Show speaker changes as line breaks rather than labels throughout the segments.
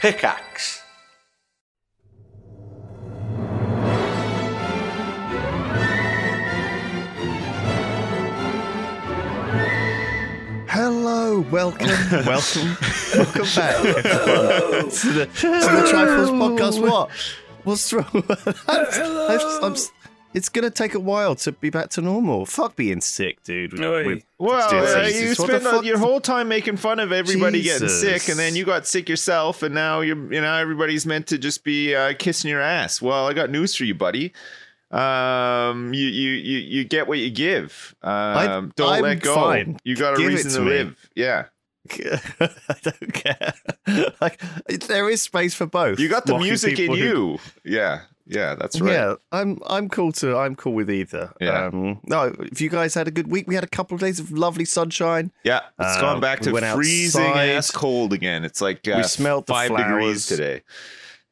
Pickaxe
Hello, welcome, welcome, welcome back to the, to the Trifles podcast. What? What's wrong? with that? I'm just- I'm s- it's gonna take a while to be back to normal. Fuck being sick, dude. with-
Oi.
with
Well, uh,
diseases.
you
What the
spent uh,
fuck-
your whole time making fun of everybody
Jesus.
getting sick, and then you got sick yourself, and now you're you know everybody's meant to just be uh, kissing your ass. Well, I got news for you, buddy. Um, you you you, you get what you give. Um, don't
I'm
let go.
fine.
You got a
Give it
reason
to
to,
me.
live. Yeah,
I don't care. Like there is space for both.
you got the
Mocking
music in
people who-
you. Yeah, yeah, that's right.
Yeah, I'm I'm cool to I'm cool with either.
Yeah.
Um, no, if you guys had a good week, we had a couple of days of lovely sunshine.
Yeah, it's
Uh,
gone back
we
to
went
freezing
outside.
ass cold again. It's like uh,
smelled the
five
flowers.
degrees today.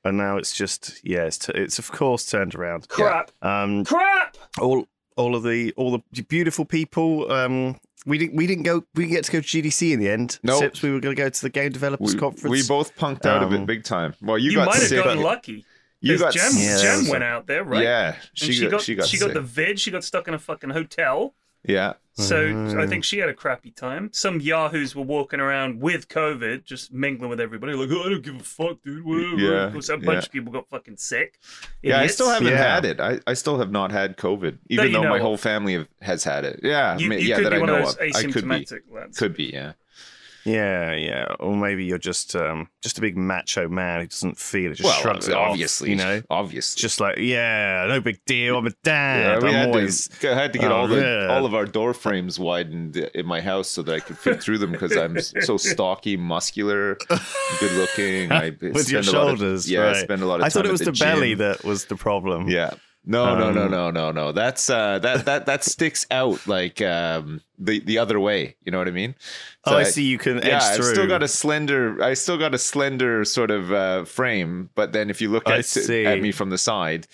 and now it's just yeah, it's, t- it's of course turned around.
Crap.
Um,
Crap.
all all of the all the beautiful people. Um, we didn't we didn't go we didn't get to go to GDC in the end.
Nope.
Sips, we were going to go to the game developers
We,
conference.
we both punked out of
Um,
it big time. Well, you,
You,
got
might have
sick.
gotten lucky.
You
'cause
got
Jem,
sick.
Yeah,
Jem
so-
went out there, right?
Yeah,
And
she, got, she got
she got
sick.
the vid. She got stuck in a fucking hotel.
yeah.
So I
Mm.
think she had a crappy time. Some yahoos were walking around with COVID, just mingling with everybody. Like, oh, I don't give a fuck, dude. Whatever.
Yeah,
Of course, a
yeah.
bunch of people got fucking sick.
Yeah, I
Idiots.
still haven't
Yeah.
had it. I, I still have not had COVID, even
you
though my
know
whole
of.
family have, has had it. Yeah,
You,
ma-
you
yeah,
could
that
be
I
one
know
of those
of. I could be,
asymptomatic lads.
could be, yeah,
yeah, yeah, or maybe you're just um just a big macho man who doesn't feel it. Just
well,
shrugs it off,
obviously,
you know.
obviously.
Just like yeah, no big deal. I'm a
yeah,
dad.
we
I'm
had
always
to, I had to get
Oh,
all the
yeah.
all of our door frames widened in my house so that I could fit through them because I'm s- so stocky, muscular, good looking. I
with your
spend a lot of-
shoulders.
yeah,
right.
I spend a lot of.
I thought
time
it
at
was the, belly
gym.
that was the problem.
Yeah. No, no, no,
Um,
no, no, no. That's uh that that that sticks out like um the the other way, you know what I mean?
Oh, I
So,
see. You can edge
Yeah, I've
through.
still got a slender I still got a slender sort of uh frame, but then if you look
I
at
see.
at me from the side.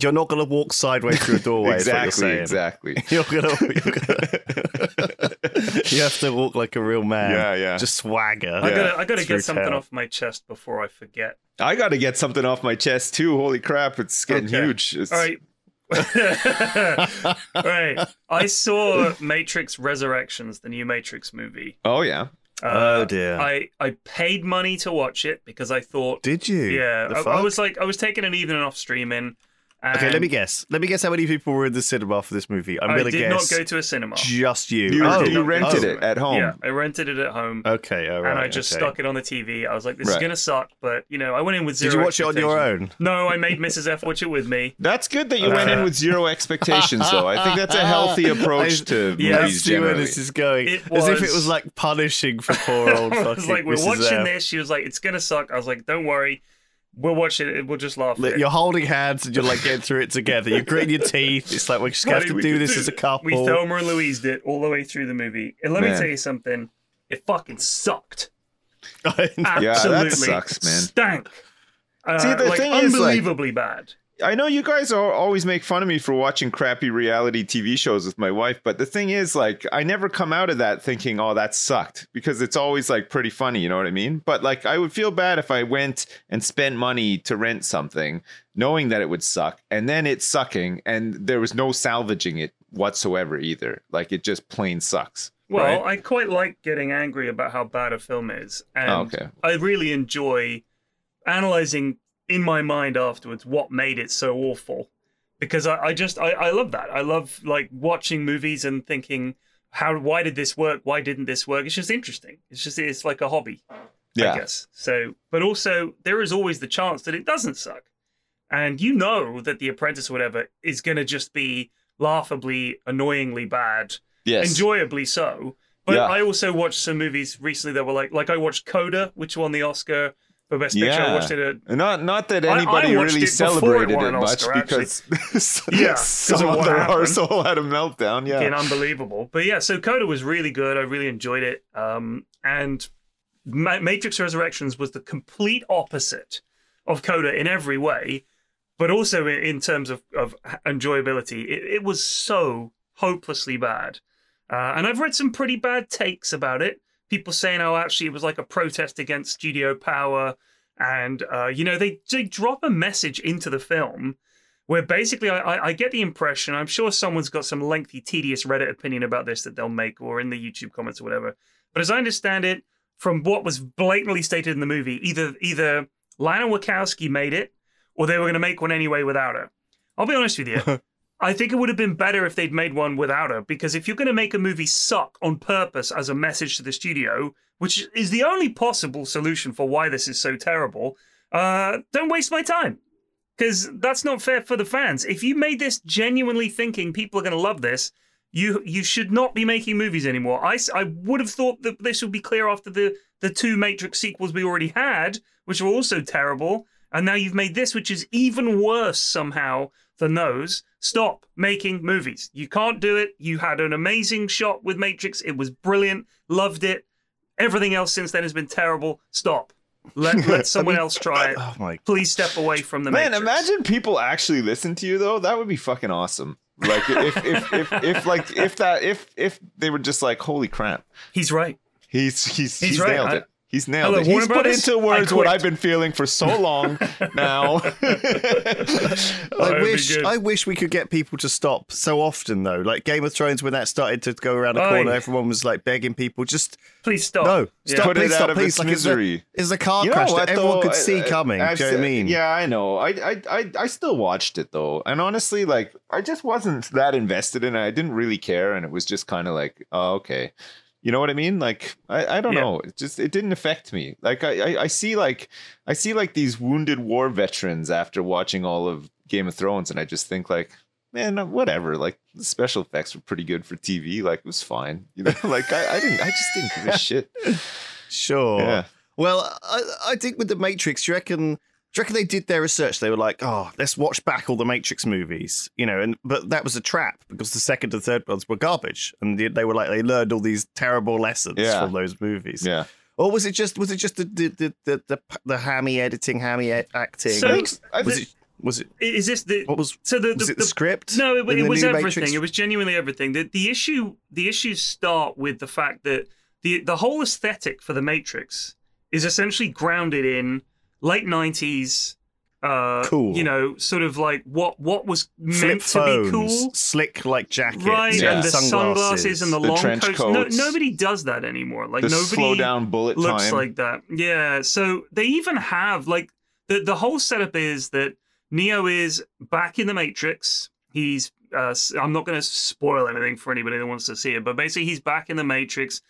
You're not going to walk sideways through a doorway. is Oh, what
exactly,
you're saying.
exactly.
You're gonna, you're gonna you have to walk like a real man.
Yeah, yeah.
Just swagger.
I
Yeah.
gotta, I gotta
Through
get something
town.
off my chest before I forget.
I got to get something off my chest too. Holy crap, it's getting
Okay.
huge. It's
All right. All right. I saw Matrix Resurrections, the new Matrix movie.
Oh yeah.
Oh, dear.
uh, I I paid money to watch it because I thought,
Did you?
yeah,
The
I, I
fuck?
was like, I was taking an evening off streaming. And
Okay, let me guess. Let me guess how many people were in the cinema for this movie. I'm
I
gonna
did
guess
not go to a cinema.
just you.
You,
oh,
you rented
oh.
it at home.
Yeah, I rented it at home,
Okay, all Oh, right.
and I just stuck it on the TV. I was like, this is
Right.
gonna suck, but you know, I went in with zero.
Did you watch it on your
expectations.
own?
No, I made Mrs. F watch it with me.
That's good that you
Okay.
went in with zero expectations, though. I think that's a healthy approach
Uh, I-
to
yeah,
I
movies
see where
generally.
this is going.
It
As if it
was-
was like punishing for poor old
I
fucking.
was like, we're
Mrs.
watching
F.
this. She was like, it's gonna suck. I was like, don't worry, we'll watch it. We'll just laugh. at
Look,
it.
You're holding hands and you're like getting through it together. You're gritting your teeth. It's like we're just gonna have
Buddy,
to
we
do
can
this as a couple.
We Thelma and Louise did all the way through the movie. And let me
Man.
tell you something. It fucking sucked.
I
Absolutely
that sucks, man.
Stank. Uh,
See, the
like,
thing is, like-
unbelievably bad.
I know you guys al always make fun of me for watching crappy reality TV shows with my wife, but the thing is, like, I never come out of that thinking, "Oh, that sucked," because it's always like pretty funny. You know what I mean? But like, I would feel bad if I went and spent money to rent something, knowing that it would suck, and then it's sucking, and there was no salvaging it whatsoever either. Like, it just plain sucks.
Well,
right?
I quite like getting angry about how bad a film is, and
Oh, okay.
I really enjoy analyzing in my mind afterwards what made it so awful. Because I, I just I, I love that. I love like watching movies and thinking how why did this work? Why didn't this work? It's just interesting. It's just it's like a hobby. I guess. So, but also there is always the chance that it doesn't suck. And you know that The Apprentice or whatever is going to just be laughably, annoyingly bad,
Yes.
enjoyably so. But
Yeah.
I also watched some movies recently that were like, like I watched Coda, which won the Oscar for Best Picture. I
Yeah.
watched it at
Not not that
I- I
anybody
watched it
really
before it
celebrated
won
it,
an
much
Oscar, actually.
because
Yeah, 'cause
some
of what
other
happened.
arsehole had a meltdown. Yeah,
fucking unbelievable. But yeah, so Coda was really good. I really enjoyed it. Um, and Ma- Matrix Resurrections was the complete opposite of Coda in every way, but also in, in terms of, of enjoyability. It, it was so hopelessly bad. Uh, and I've read some pretty bad takes about it. People saying, oh, actually, it was like a protest against studio power and uh, you know they they drop a message into the film where basically I, I, I get the impression I'm sure someone's got some lengthy, tedious Reddit opinion about this that they'll make or in the YouTube comments or whatever. But as I understand it, from what was blatantly stated in the movie, either either Lana Wachowski made it or they were going to make one anyway without her. I'll be honest with you. I think it would have been better if they'd made one without her because if you're going to make a movie suck on purpose as a message to the studio, which is the only possible solution for why this is so terrible, uh, don't waste my time because that's not fair for the fans. If you made this genuinely thinking people are going to love this, you you should not be making movies anymore. I, I would have thought that this would be clear after the the two Matrix sequels we already had, which were also terrible, and now you've made this, which is even worse somehow than those. Stop making movies. You can't do it. You had an amazing shot with Matrix. It was brilliant. Loved it. Everything else since then has been terrible. Stop. Let, let someone else try it.
Oh my
Please step away from the
Man,
Matrix.
imagine people actually listen to you though. That would be fucking awesome. Like if if, if, if like if that if if they were just like, holy crap,
He's right.
he's he's
He's
he's,
right.
nailed
I-
it. He's nailed
Hello,
it.
Warner
He's put
Brothers?
into words
I
what
quit.
I've been feeling for so long now.
I
that'd be
wish
good.
I wish we could get people to stop so often though. Like Game of Thrones, when that started to go around the
Oh,
corner,
yeah.
everyone was like begging people, just
Please stop.
no,
Yeah.
stop,
Put it
please stop,
out of
please.
its
like it's a-
misery.
It's a car
You know
crash
what,
that everyone
though?
could
I-
see
I-
coming.
I've
do you know what I
said-
mean?
Yeah, I know. I, I I I still watched it though, and honestly, like I just wasn't that invested in it. I didn't really care, and it was just kind of like, oh, okay, you know what I mean? Like I, I don't
Yeah.
know. It just it didn't affect me. Like I, I I see like I see like these wounded war veterans after watching all of Game of Thrones, and I just think like. Man, whatever. Like the special effects were pretty good for TV. Like it was fine. You know, like I, I didn't. I just didn't give a shit.
Sure.
Yeah.
Well, I, I think with the Matrix, do you reckon? Do you reckon they did their research? They were like, "Oh, let's watch back all the Matrix movies," you know, and but that was a trap because the second and third ones were garbage, and they, they were like they learned all these terrible lessons
Yeah.
from those movies.
Yeah.
Or was it just was it just the the the the, the, the hammy editing, hammy e- acting?
So-
I
was
think-
it was it
Is this the
what was
so the,
was
the,
it the,
the
script?
No,
in
it, it
the
was
new
everything.
Matrix?
It was genuinely everything. The, the issue, the issues start with the fact that the the whole aesthetic for the Matrix is essentially grounded in late nineties, uh,
Cool.
you know, sort of like what what was
Flip
meant to
phones,
be cool,
slick like jackets,
right?
yeah.
And the sunglasses and the,
The
long
trench
coats.
coats.
No, nobody does that anymore. Like
the
nobody
slow down bullet
looks
time.
like that. Yeah. So they even have like the the whole setup is that Neo is back in the Matrix. He's uh, s- I'm not going to spoil anything for anybody that wants to see it, but basically he's back in the Matrix,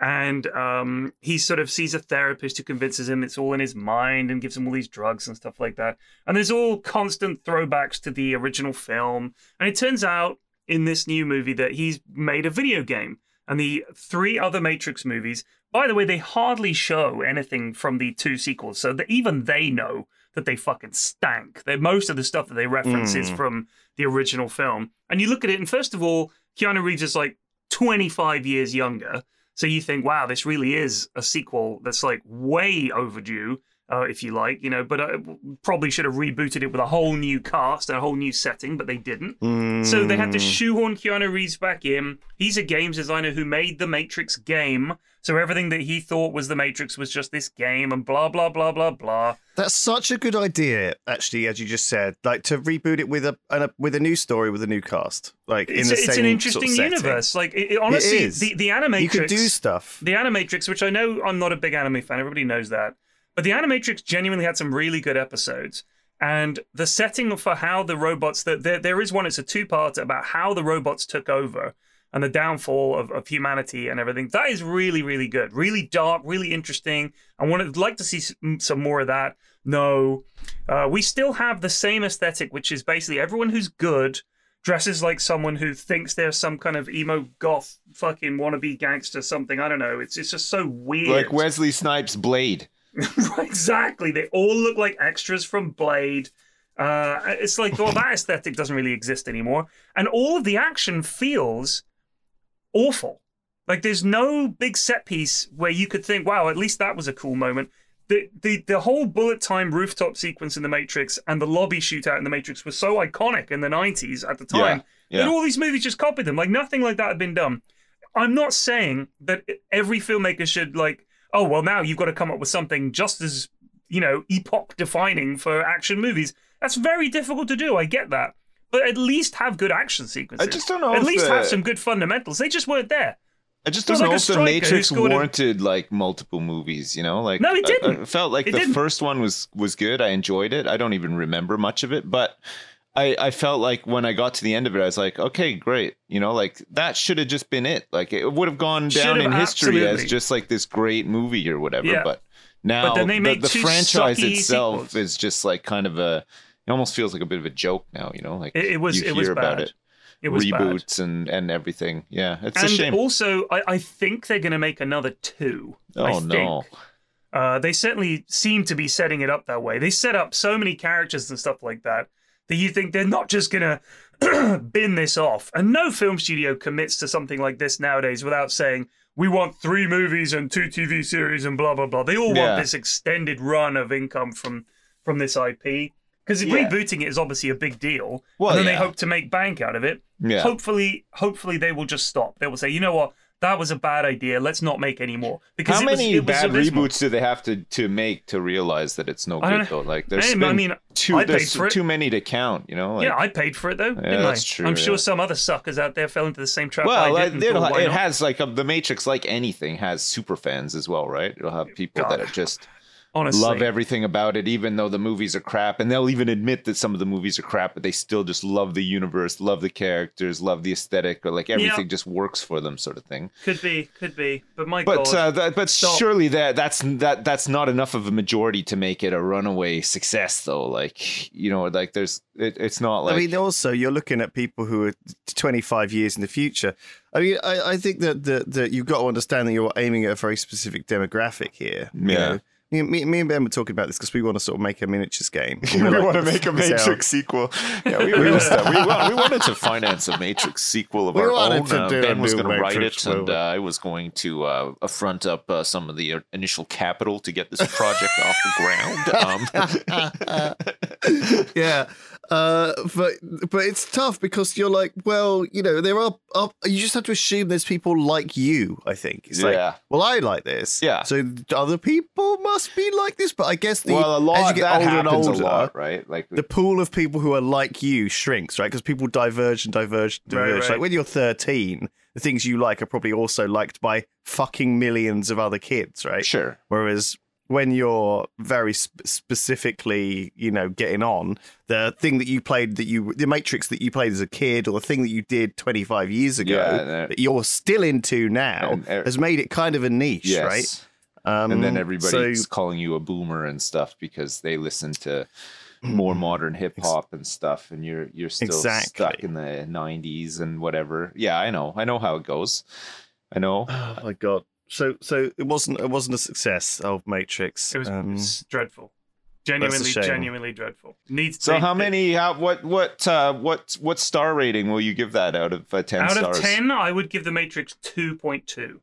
and um, he sort of sees a therapist who convinces him it's all in his mind and gives him all these drugs and stuff like that. And there's all constant throwbacks to the original film. And it turns out in this new movie that he's made a video game. And the three other Matrix movies, by the way, they hardly show anything from the two sequels. So that even they know that they fucking stank. They, most of the stuff that they reference is
Mm.
from the original film. And you look at it, and first of all, Keanu Reeves is like 25 years younger. So you think, wow, this really is a sequel that's like way overdue, uh, if you like, you know, but uh, probably should have rebooted it with a whole new cast and a whole new setting, but they didn't. So they had to
Mm.
shoehorn Keanu Reeves back in. He's a games designer who made the Matrix game. So everything that he thought was the Matrix was just this game and blah, blah, blah, blah, blah.
That's such a good idea, actually, as you just said. Like to reboot it with a, an, a with a new story with a new cast, like in
It's,
the
it's
same
an interesting
sort of setting.
universe. Like, it, it- honestly,
is.
the, the Animatrix.
You could do stuff.
The Animatrix, which I know I'm not a big anime fan, everybody knows that. But the Animatrix genuinely had some really good episodes. And the setting for how the robots, that there, there is one, it's a two part about how the robots took over and the downfall of, of humanity and everything. That is really, really good. Really dark, really interesting. I would like to see some, some more of that. No. Uh, we still have the same aesthetic, which is basically everyone who's good dresses like someone who thinks they're some kind of emo goth fucking wannabe gangster something. I don't know. It's it's just so weird.
like Wesley Snipes' Blade.
Right, exactly. They all look like extras from Blade. Uh, it's like, well, that aesthetic doesn't really exist anymore. And all of the action feels awful. Like, there's no big set piece where you could think, wow, at least that was a cool moment. The, the, the whole bullet time rooftop sequence in The Matrix and the lobby shootout in The Matrix was so iconic in the 90s at the time
Yeah, yeah.
and all these movies just copied them. Like nothing like that had been done. I'm not saying that every filmmaker should like, oh well, now you've got to come up with something just as you know, epoch defining for action movies. That's very difficult to do. I get that. But at least have good action sequences.
I just don't know
At
if
least
the-
have some good fundamentals. They just weren't there.
I just
It was
don't know
like a
if the
striker
Matrix
who's going to-
warranted like multiple movies. You know, like
No, it
I- I,
didn't.
felt like
It
the
didn't.
first one was was good. I enjoyed it. I don't even remember much of it, but I I felt like when I got to the end of it, I was like, okay, great. You know, like that should have just been it. Like it would have gone
Should
down
have,
in history
absolutely.
as just like this great movie or whatever.
Yeah.
But now
then they
the,
made
the
two
franchise
sucky
itself
sequels.
is just like kind of a. It almost feels like a bit of a joke now. You know, like
It, it was
you
it
hear
was
about
bad.
it.
It was bad.
Reboots and and everything. Yeah, it's
and
a shame.
also, I, I think they're going to make another two.
oh
I
no.
think. Uh, they certainly seem to be setting it up that way. They set up so many characters and stuff like that that you think they're not just going to bin this off. And no film studio commits to something like this nowadays without saying, we want three movies and two TV series and blah, blah, blah. They all
Yeah.
want this extended run of income from, from this IP. Because
Yeah.
rebooting it is obviously a big deal.
Well,
and then
yeah.
they hope to make bank out of it.
Yeah.
Hopefully, hopefully they will just stop. They will say, you know what? That was a bad idea. Let's not make any more. Because
How
it was-
many
it was
bad
abysmal.
reboots do they have to, to make to realize that it's no
I
good
don't-
though? Like there's
Hey,
been
I mean,
too
I paid
there's
for it.
too many to count, you know? Like,
yeah, I paid for it though. didn't
that's
I?
true,
I'm sure
yeah.
some other suckers out there fell into the same trap.
well,
I
I-
did.
it'll- it
it
has like um the Matrix, like anything, has super fans as well, right? It'll have people
God.
that are just
honestly.
love everything about it, even though the movies are crap, and they'll even admit that some of the movies are crap, but they still just love the universe, love the characters, love the aesthetic, or like everything just works for them, sort of thing.
Could be, could be. But my
But
God,
uh, that, but
Stop.
surely that that's that that's not enough of a majority to make it a runaway success, though. Like you know, like there's it, it's not like
I mean, also you're looking at people who are 25 years in the future. I mean, I, I think that, that that you've got to understand that you're aiming at a very specific demographic here. you
Yeah.
know. Me, me, me and Ben were talking about this because we want to sort of make a miniatures game.
wanna
this out.
sequel. Yeah, we, we, was, we, wa- we wanted to finance a Matrix sequel of
We
our
wanted
own.
to
Uh,
do
ben
a
was
new
going to write
Matrix
it, and
movie.
uh, I was going to uh, front up uh, some of the uh, initial capital to get this project off the ground. Um,
yeah uh but but it's tough because you're like well you know there are, are you just have to assume there's people like you i think it's
Yeah.
like well i like this
Yeah.
so other people must be like this but i guess the
well, a lot
as you get
that
older and
happens
older
a lot, right? Like
the pool of people who are like you shrinks right because people diverge and diverge and
Right,
diverge
right.
like when you're 13 the things you like are probably also liked by fucking millions of other kids right
sure,
Whereas when you're very sp- specifically, you know, getting on the thing that you played, that you the Matrix that you played as a kid, or the thing that you did 25 years ago
Yeah, that-
that you're still into now,
And, uh,
has made it kind of a niche,
yes.
right? Um,
and then
Mm-hmm.
so-
everybody's calling you a boomer and stuff because they listen to
Mm-hmm.
more modern hip hop and stuff, and you're you're still
Exactly.
stuck in the '90s and whatever. Yeah, I know, I know how it goes. I know.
Uh,
oh my god. So, so it wasn't it wasn't a success of Matrix.
it was
Um,
it's dreadful. Genuinely,
shame.
genuinely dreadful. Needs
So
they-
how
they-
many? How, what what uh, what what star rating will you give that out of uh, ten
out
stars?
of ten? I would give The Matrix two point two.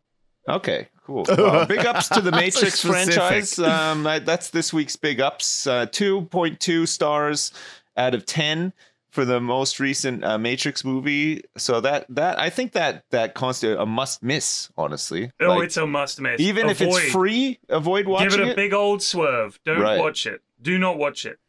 Okay, cool. Well, big ups to the
So
Matrix
specific.
franchise. Um, that- that's this week's big ups. Uh, 2.2 stars out of 10 for the most recent uh, Matrix movie. So that that I think that that constitutes a must miss, honestly.
Oh,
Like,
it's a must miss.
even if it's
Avoid.
free, avoid watching
give it a
it.
big old swerve. Don't
Right.
watch it. Do not watch it.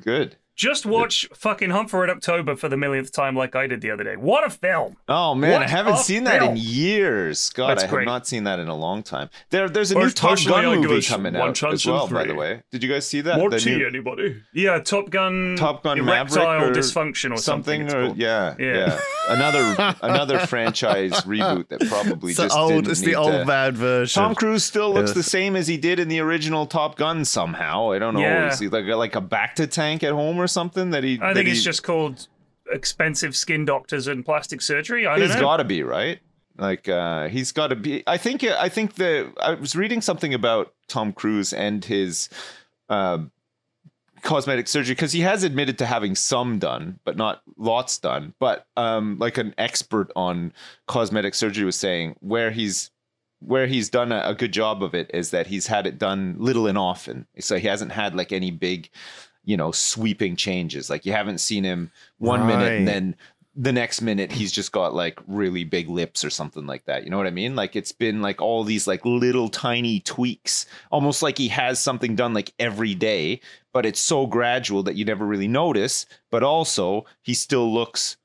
Good.
Just watch fucking Humphrey in October for the millionth time, like I did the other day. What a film!
Oh man,
What
I haven't
a
seen that in
film.
years. God,
That's
I have
great.
not seen that in a long time. There, there's a
Or
new Top
partially
Gun movie
Arguers,
coming
One
out
Chance
as
in
well. By
Three.
the way, did you guys see that?
More
The
tea,
new-
anybody? Yeah, Top Gun.
Top Gun
Erectile
Maverick or
dysfunction or something. it's
or
called.
yeah, yeah,
Yeah.
another another franchise reboot that probably
it's the
just
old,
didn't
it's
need
the old
to-
bad version.
Tom Cruise still looks
Yeah.
the same as he did in the original Top Gun somehow. I don't know.
Yeah.
Is he like like a back to tank at home or something that he?
I
that
think
he,
it's just called expensive skin doctors and plastic surgery. I don't
He's
know.
got to be right. Like uh, he's got to be. I think. I think the. I was reading something about Tom Cruise and his. Uh, cosmetic surgery because he has admitted to having some done but not lots done but um like an expert on cosmetic surgery was saying where he's where he's done a, a good job of it is that he's had it done little and often so he hasn't had like any big you know sweeping changes like you haven't seen him one minute and
Right.
then the next minute he's just got like really big lips or something like that. You know what I mean? Like it's been like all these like little tiny tweaks, almost like he has something done like every day, but it's so gradual that you never really notice. But also, he still looks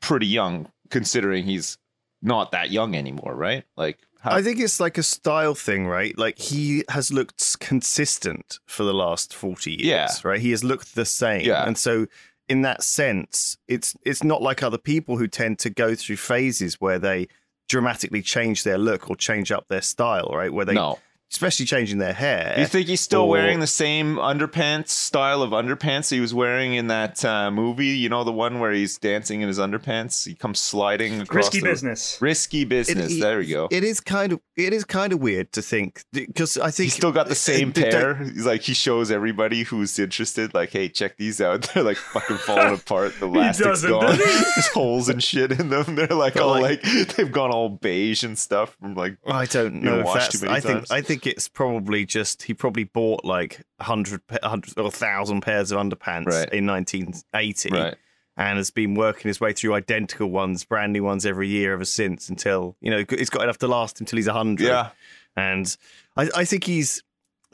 pretty young considering he's not that young anymore, right? Like, how,
I think it's like a style thing, right? Like he has looked consistent for the last 40 years,
Yeah.
right? He has looked the same.
Yeah.
And so in that sense, it's it's not like other people who tend to go through phases where they dramatically change their look or change up their style, right? Where they
no. Oh.
especially changing their hair.
You think he's still
Or-
wearing the same underpants style of underpants he was wearing in that uh, movie? You know, the one where he's dancing in his underpants. He comes sliding across
Risky
the-
business.
Risky business.
It-
there we go.
it is kind of it is kind of weird to think because I think
He's still got the same
they don't-
pair. He's like he shows everybody who's interested, like, "Hey, check these out. They're like fucking falling apart. The elastic's
doesn't,
gone.
does he?
There's holes and shit in them. They're like
But,
all like,
like-
they've gone all beige and stuff. I'm like,
Well, I don't
You
know.
don't
If
wash
that's,
too many
I think
times.
I think it's probably just he probably bought like 100, pa- 100 or thousand pairs of underpants
Right.
in nineteen eighty,
right,
and has been working his way through identical ones, brand new ones every year ever since until you know it's got enough to last him till he's hundred.
yeah,
and I, I think he's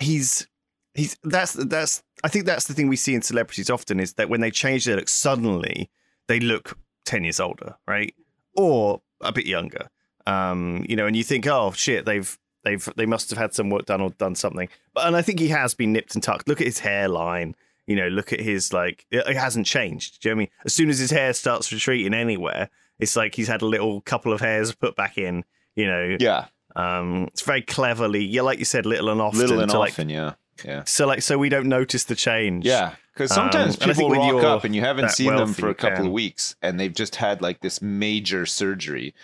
he's he's that's that's I think that's the thing we see in celebrities often is that when they change their look suddenly they look ten years older, right, or a bit younger, um, you know, and you think, oh shit, they've they've they must have had some work done or done something, but and I think he has been nipped and tucked. Look at his hairline. You know, look at his like it it hasn't changed. Do you know what I mean? As soon as his hair starts retreating anywhere, it's like he's had a little couple of hairs put back in. You know,
yeah,
um, it's very cleverly, yeah, like you said, little and often.
little and
to, like-
often, yeah, yeah.
so like, so we don't notice the change.
Yeah, because
Um,
sometimes
and I
people
think when
rock
you're
up and you haven't
that
seen them
wealthy,
for a
you
couple
can.
of weeks, and they've just had like this major surgery,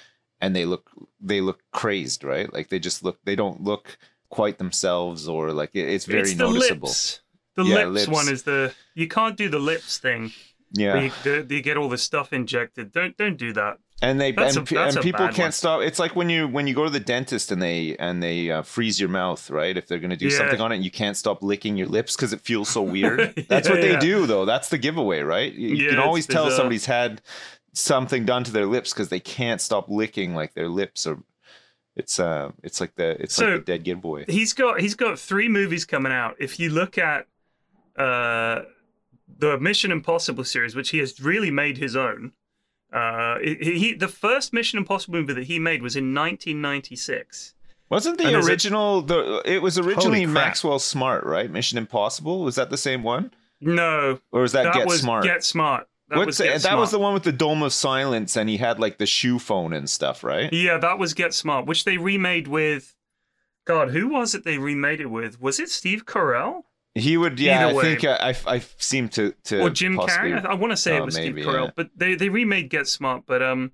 and they look they look crazed, right? Like they just look they don't look quite themselves, or like it- it's very
it's the
noticeable.
lips. The
Yeah, lips.
lips, one is the you can't do the lips thing.
Yeah,
Where you, the, you get all this stuff injected. Don't don't do that.
and they
That's
and,
a-
pe-
that's
and
a
people
bad
can't
one.
stop it's like when you when you go to the dentist and they and they uh, freeze your mouth right if they're going to do
Yeah.
something on it and you can't stop licking your lips because it feels so weird that's
Yeah,
what they
yeah.
do though that's the giveaway right you, you
Yeah,
can
it's
always tell
bizarre.
somebody's had something done to their lips because they can't stop licking like their lips or it's uh it's like the it's
So-
like the dead giveaway
He's got he's got three movies coming out. If you look at uh, the Mission Impossible series, which he has really made his own. Uh, he, he the first Mission Impossible movie that he made was in 1996.
wasn't the
And is it-
original the it was originally
crap.
maxwell smart right mission impossible was that the same one
No,
or was that,
that
get
was
smart
Get Smart. That
What's
was
the-
Get
that
Smart.
was the one with the dome of silence, and he had like the shoe phone and stuff, right?
Yeah, that was Get Smart, which they remade with. God, who was it they remade it with? Was it Steve Carell
He would, yeah.
Either
I
way.
think I, I, I seem to to
or Jim
possibly-
Carrey? I, I want to say
Oh,
it was
maybe,
Steve Carell,
yeah.
but they they remade Get Smart. But um,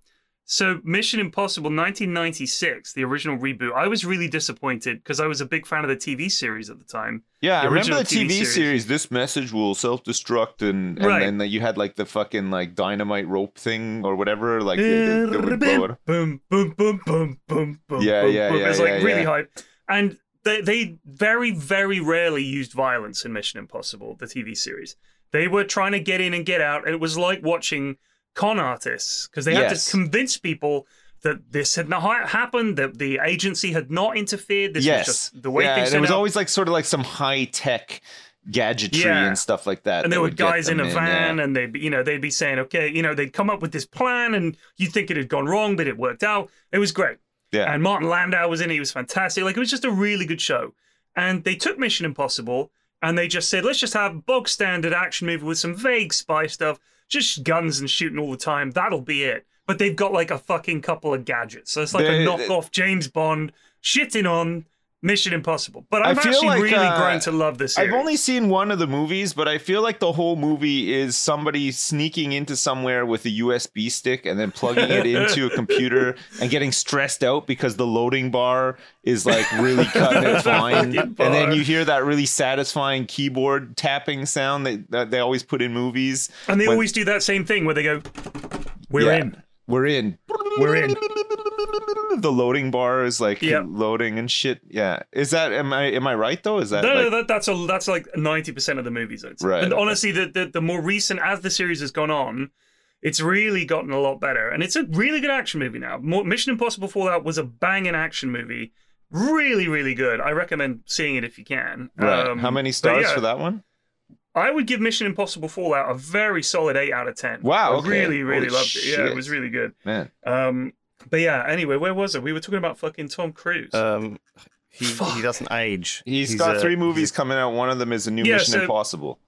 so Mission Impossible 1996, the original reboot. I was really disappointed because I was a big fan of the TV series at the time.
Yeah, I
The
remember
original
the TV
TV
series.
series.
This message will self-destruct, and and
Right.
then the, you had like the fucking like dynamite rope thing or whatever, like the- the- that would blow it up.
boom, boom, boom, boom, boom, boom.
Yeah,
boom,
yeah,
boom.
yeah,
It's like
yeah,
really
yeah.
hype. And they they very very rarely used violence in Mission Impossible, the TV series. They were trying to get in and get out, and it was like watching con artists because they had
Yes.
to convince people that this had not ha- happened, that the agency had not interfered. This
yes,
was just the way
yeah,
things
and it was
turned out.
always like sort of like some high tech gadgetry
Yeah.
and stuff like that.
and there
that
were
would get
guys in
them
a van and they'd be, you know they'd be saying okay you know they'd come up with this plan and you'd think it had gone wrong but it worked out it was great
Yeah, yeah.
and Martin Landau was in it he was fantastic like it was just a really good show and they took Mission Impossible and they just said let's just have bog standard action movie with some vague spy stuff just guns and shooting all the time that'll be it but they've got like a fucking couple of gadgets so it's like
They-
a
they-
knockoff James Bond shitting on Mission Impossible but
I
I've
feel
actually
like,
really
uh,
grown to love this series.
I've only seen one of the movies, but I feel like the whole movie is somebody sneaking into somewhere with a USB stick and then plugging it into a computer and getting stressed out because the loading bar is like really cutting it fine.
Fucking
And then
bar.
you hear that really satisfying keyboard tapping sound that, that they always put in movies.
And they
when-
always do that same thing where they go, "We're
Yeah.
in."
We're in.
We're in.
The loading bar is like
Yep.
loading and shit. Yeah. Is that am I am I right though? Is that
No,
uh, like,
no, that, that's a that's like ninety percent of the movies. I'd say.
Right,
And
okay.
honestly, the, the the more recent as the series has gone on, It's really gotten a lot better, and it's a really good action movie now. Mo- Mission Impossible Fallout was a banging action movie, really, really good. I recommend seeing it if you can.
Right.
Um,
How many
but
stars
yeah,
for that one?
I would give Mission Impossible Fallout a very solid eight out of ten.
Wow,
I
okay.
really, really
Holy
loved it. Yeah,
shit.
it was really good.
Man,
Um, but yeah, anyway, where was it? We were talking about fucking Tom Cruise.
Um, he,
Fuck.
he doesn't age.
he's got
a-
three
he's a-
movies coming out. One of them is a new
Yeah,
Mission
so-
Impossible.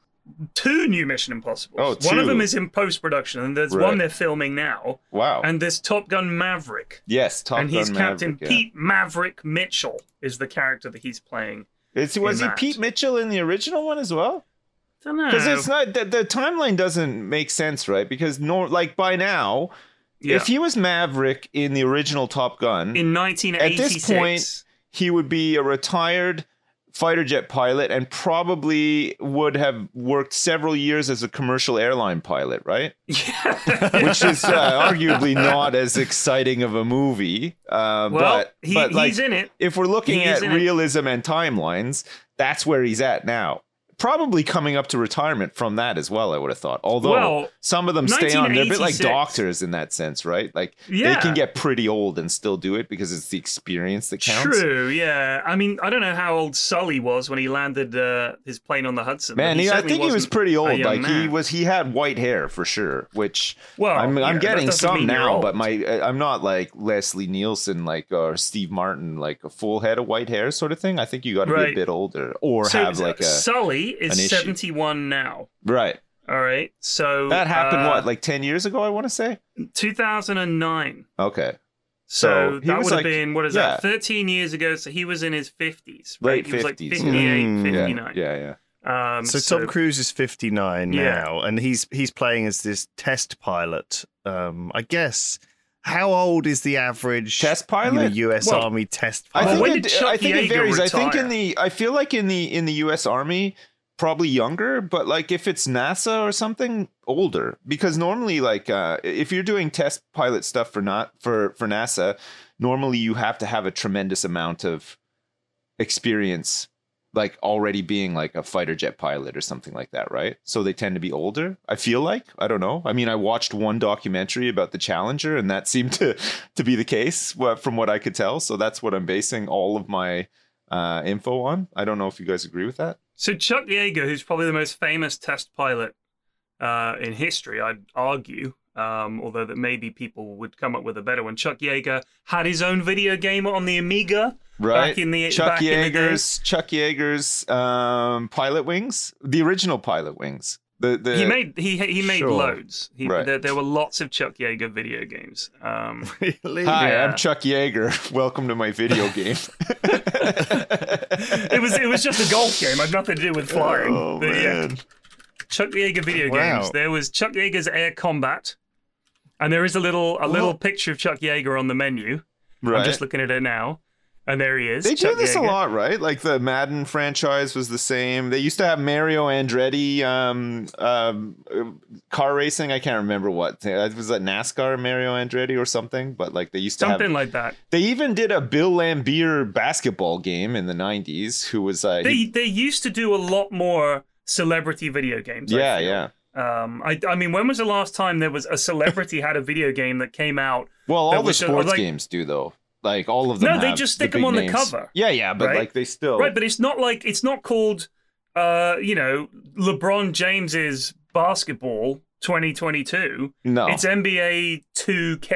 two new Mission Impossibles.
Oh,
One
two.
of them is in post production, and there's
Right.
one they're filming now.
Wow.
And there's Top Gun Maverick,
yes, Top
and he's
Gun
Captain
Maverick, yeah.
Pete Maverick Mitchell is the character that he's playing.
Is, was
in
he
that.
Pete Mitchell in the original one as well?
Don't know.
Because it's not the, the timeline doesn't make sense, right? Because nor like by now,
yeah.
if he was Maverick in the original Top Gun,
in 1986.
point- he would be a retired fighter jet pilot and probably would have worked several years as a commercial airline pilot, right?
yeah.
Which is uh, arguably not as exciting of a movie. Uh,
well,
but,
he,
but like,
he's in it.
if we're looking
He's
at
in it.
realism and timelines, that's where he's at now. Probably coming up to retirement from that as well, I would have thought. Although
Well,
some of them stay on, they're a bit like
1986.
doctors in that sense, right? Like they
Yeah.
can get pretty old and still do it because it's the experience that counts.
True, yeah. I mean, I don't know how old Sully was when he landed uh, his plane on the Hudson. but
Man, he, I
certainly
think he was
wasn't
pretty
a
old.
young
Like he
man.
was, he had white hair for sure. Which
Well,
I'm,
yeah,
I'm
that
getting
doesn't
some
mean you're
now,
old.
but my, uh, I'm not like Leslie Nielsen, like or Steve Martin, like a full head of white hair sort of thing. I think you got to be a
Right.
bit older or
So,
have like a
Sully
an issue.
is 71 now.
right.
All right. So um,
That happened
uh,
what, like ten years ago? I want to say.
2009.
Okay, So
So,
he
that
was
would have
like-
been what is
yeah.
that? 13 years ago. So he was in his 50s.
late
Right? He was like
fifties.
58,
Mm,
yeah,
59.
yeah, yeah.
Um,
So, Tom Cruise is 59
Yeah.
now, and he's he's playing as this test pilot. Um, I guess. How old is the average
Test
you know,
pilot.
U.S.
Well,
Army test
I
pilot?
Well,
think
when
it,
did Chuck
I think it
Yeager
varies. I think in
retire?
the I feel like in the in the U.S. Army probably younger, but like if it's NASA or something older, because normally like uh, if you're doing test pilot stuff for not for for NASA, normally you have to have a tremendous amount of experience like already being like a fighter jet pilot or something like that right so they tend to be older i feel like i don't know i mean i watched one documentary about the challenger and that seemed to to be the case wha- from what i could tell so that's what i'm basing all of my uh info on i don't know if you guys agree with that
So Chuck Yeager, who's probably the most famous test pilot uh, in history, I'd argue, um, although that maybe people would come up with a better one. Chuck Yeager had his own video game on the Amiga
right
back in the
chuck
back in the day.
yeager's chuck yeager's um pilot wings the original pilot wings the the
he made he he made
Sure.
loads. He,
Right.
there, there were lots of Chuck Yeager video games. Um,
really?
Hi,
Yeah.
I'm Chuck Yeager. Welcome to my video game.
it was it was just a golf game. Had nothing to do with flying.
Oh,
But yeah,
man.
Chuck Yeager video
Wow.
games. There was Chuck Yeager's Air Combat, and there is a little a little
Well-
picture of Chuck Yeager on the menu.
Right.
I'm just looking at it now, and there he is.
They do
Chuck
this a
Yeager.
lot, right? Like the Madden franchise was the same. They used to have Mario Andretti um, um, uh, car racing. I can't remember what it was that NASCAR Mario Andretti or something. But like they used to
something
have.
like that.
They even did a Bill Lambier basketball game in the '90s. Who was uh,
They
he-
they used to do a lot more celebrity video games. I
yeah,
feel.
yeah.
Um, I I mean, when was the last time there was a celebrity had a video game that came out?
Well, all
that
the
was- or,
sports
like-
games do though. Like all of them.
No, they
have
just stick
the
'em
big
on the
names.
cover.
Yeah, yeah, but
Right?
like they still.
Right, but it's not like it's not called uh, you know, LeBron James's basketball 2022.
no,
It's NBA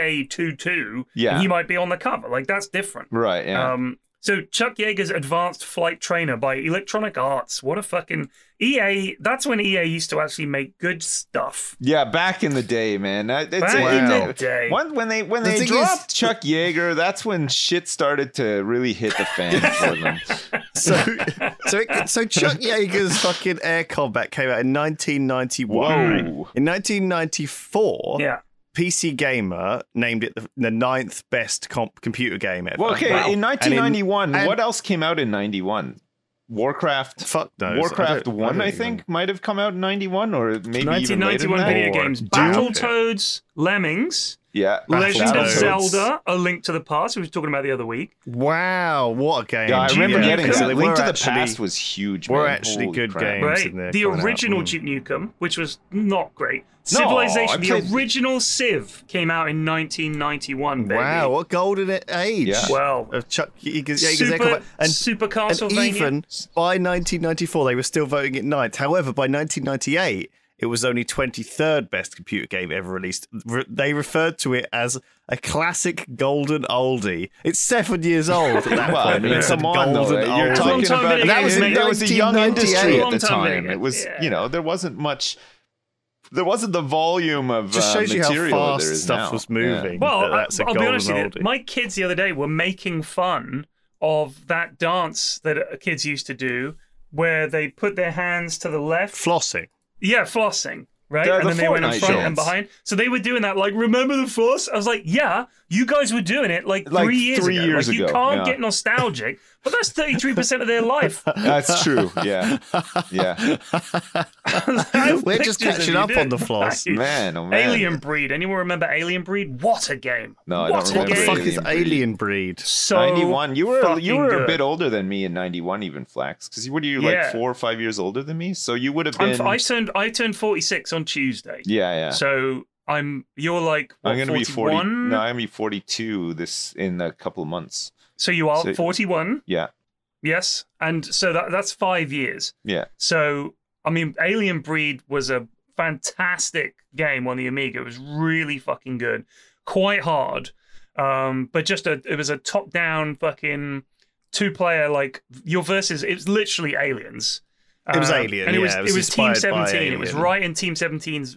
2K22.
Yeah.
And he might be on the cover. Like that's different.
right. Yeah.
Um so Chuck Yeager's Advanced Flight Trainer by Electronic Arts. What a fucking EA. That's when EA used to actually make good stuff.
Yeah, back in the day, man. That- It's
Back
in the
day.
When, when they when
The
they
thing
dropped Chuck Yeager, that's when shit started to really hit the fan for them.
So, so, it, so Chuck Yeager's fucking Air Combat came out in 1991. right?
Whoa!
In 1994,
Yeah.
PC Gamer named it the, the ninth best comp- computer game ever.
Well, okay,
Wow.
in 1991,
and-
what else came out in 91? Warcraft.
Fuck knows.
Warcraft
don't-
One,
don't
I,
even-
think, might have come out in 91 or maybe even later than
1991
that.
video
Or
games.
Doom.
Battletoads, Lemmings,
Yeah.
Legend of
Battletoads.
Zelda: A Link to the Past, we were talking about the other week.
Wow, what a game!
Yeah, I
Duke
remember
Nukem.
getting
So
that.
they
Link
were
to the
actually-
Past was huge.
were
man.
actually
Holy
good
crap.
games.
Right,
in there
the
coming out.
original
Mm.
Duke Nukem, which was not great.
No, I
Civilization,
played-
the original Civ, came out in 1991. Baby.
Wow, what golden age!
Yeah.
Well,
Of Chuck Yeager's
super,
and
super
and
Castlevania.
even by 1994 they were still voting it ninth. However, by 1998 it was only 23rd best computer game ever released. Re- they referred to it as a classic golden oldie. It's seven years old. At that
Well, I
point.
mean,
It's a
come on, though.
golden
You're
oldie.
Long
talking
time
about
video
that was,
game.
that was a young
1998.
industry at
Long
the
time video
time.
game.
It was,
Yeah.
you know, there wasn't much. There wasn't the volume of
just
uh,
shows you how
material that there
fast
is
stuff
now.
was
Yeah.
moving.
Well,
that that's a
I, I'll be
golden
honest with
oldie.
you. My kids the other day were making fun of that dance that uh, kids used to do, where they put their hands to the left.
Flossing.
yeah, flossing. Right,
Yeah,
and
the
then they went in
Fortnite
front and
dance.
behind. So they were doing that, like remember the floss? I was like, yeah, you guys were doing it like,
Like
three years
three
ago.
years
like you
ago,
can't
yeah.
get nostalgic, but that's thirty three percent of their life.
That's true. Yeah. Yeah.
We're just catching up on the floss.
Man, oh man.
Alien Breed. Anyone remember Alien Breed? What a game!
No, I
what
don't
a
What the
remember
game.
fuck is
Alien breed.
alien breed?
So
91. You were you
fucking
were a
good.
bit older than me in 91 even Flax cuz what are you like
Yeah.
4 or 5 years older than me? So you would have
I'm,
been
I turned I turned 46 on Tuesday.
Yeah, yeah.
So I'm you're like what,
I'm going to be 40.
41.
No, I'm going to be 42 this in a couple of months.
so you are
So-
41.
Yeah.
Yes, and so that that's five years.
Yeah.
So I mean, Alien Breed was a fantastic game on the Amiga. It was really fucking good, quite hard, um, but just a it was a top down fucking two player like your versus. It was literally aliens.
It was
Um,
Alien,
and it was
yeah, it
it
was
was, Team
inspired by
Seventeen. It was
Alien.
right in Team 17's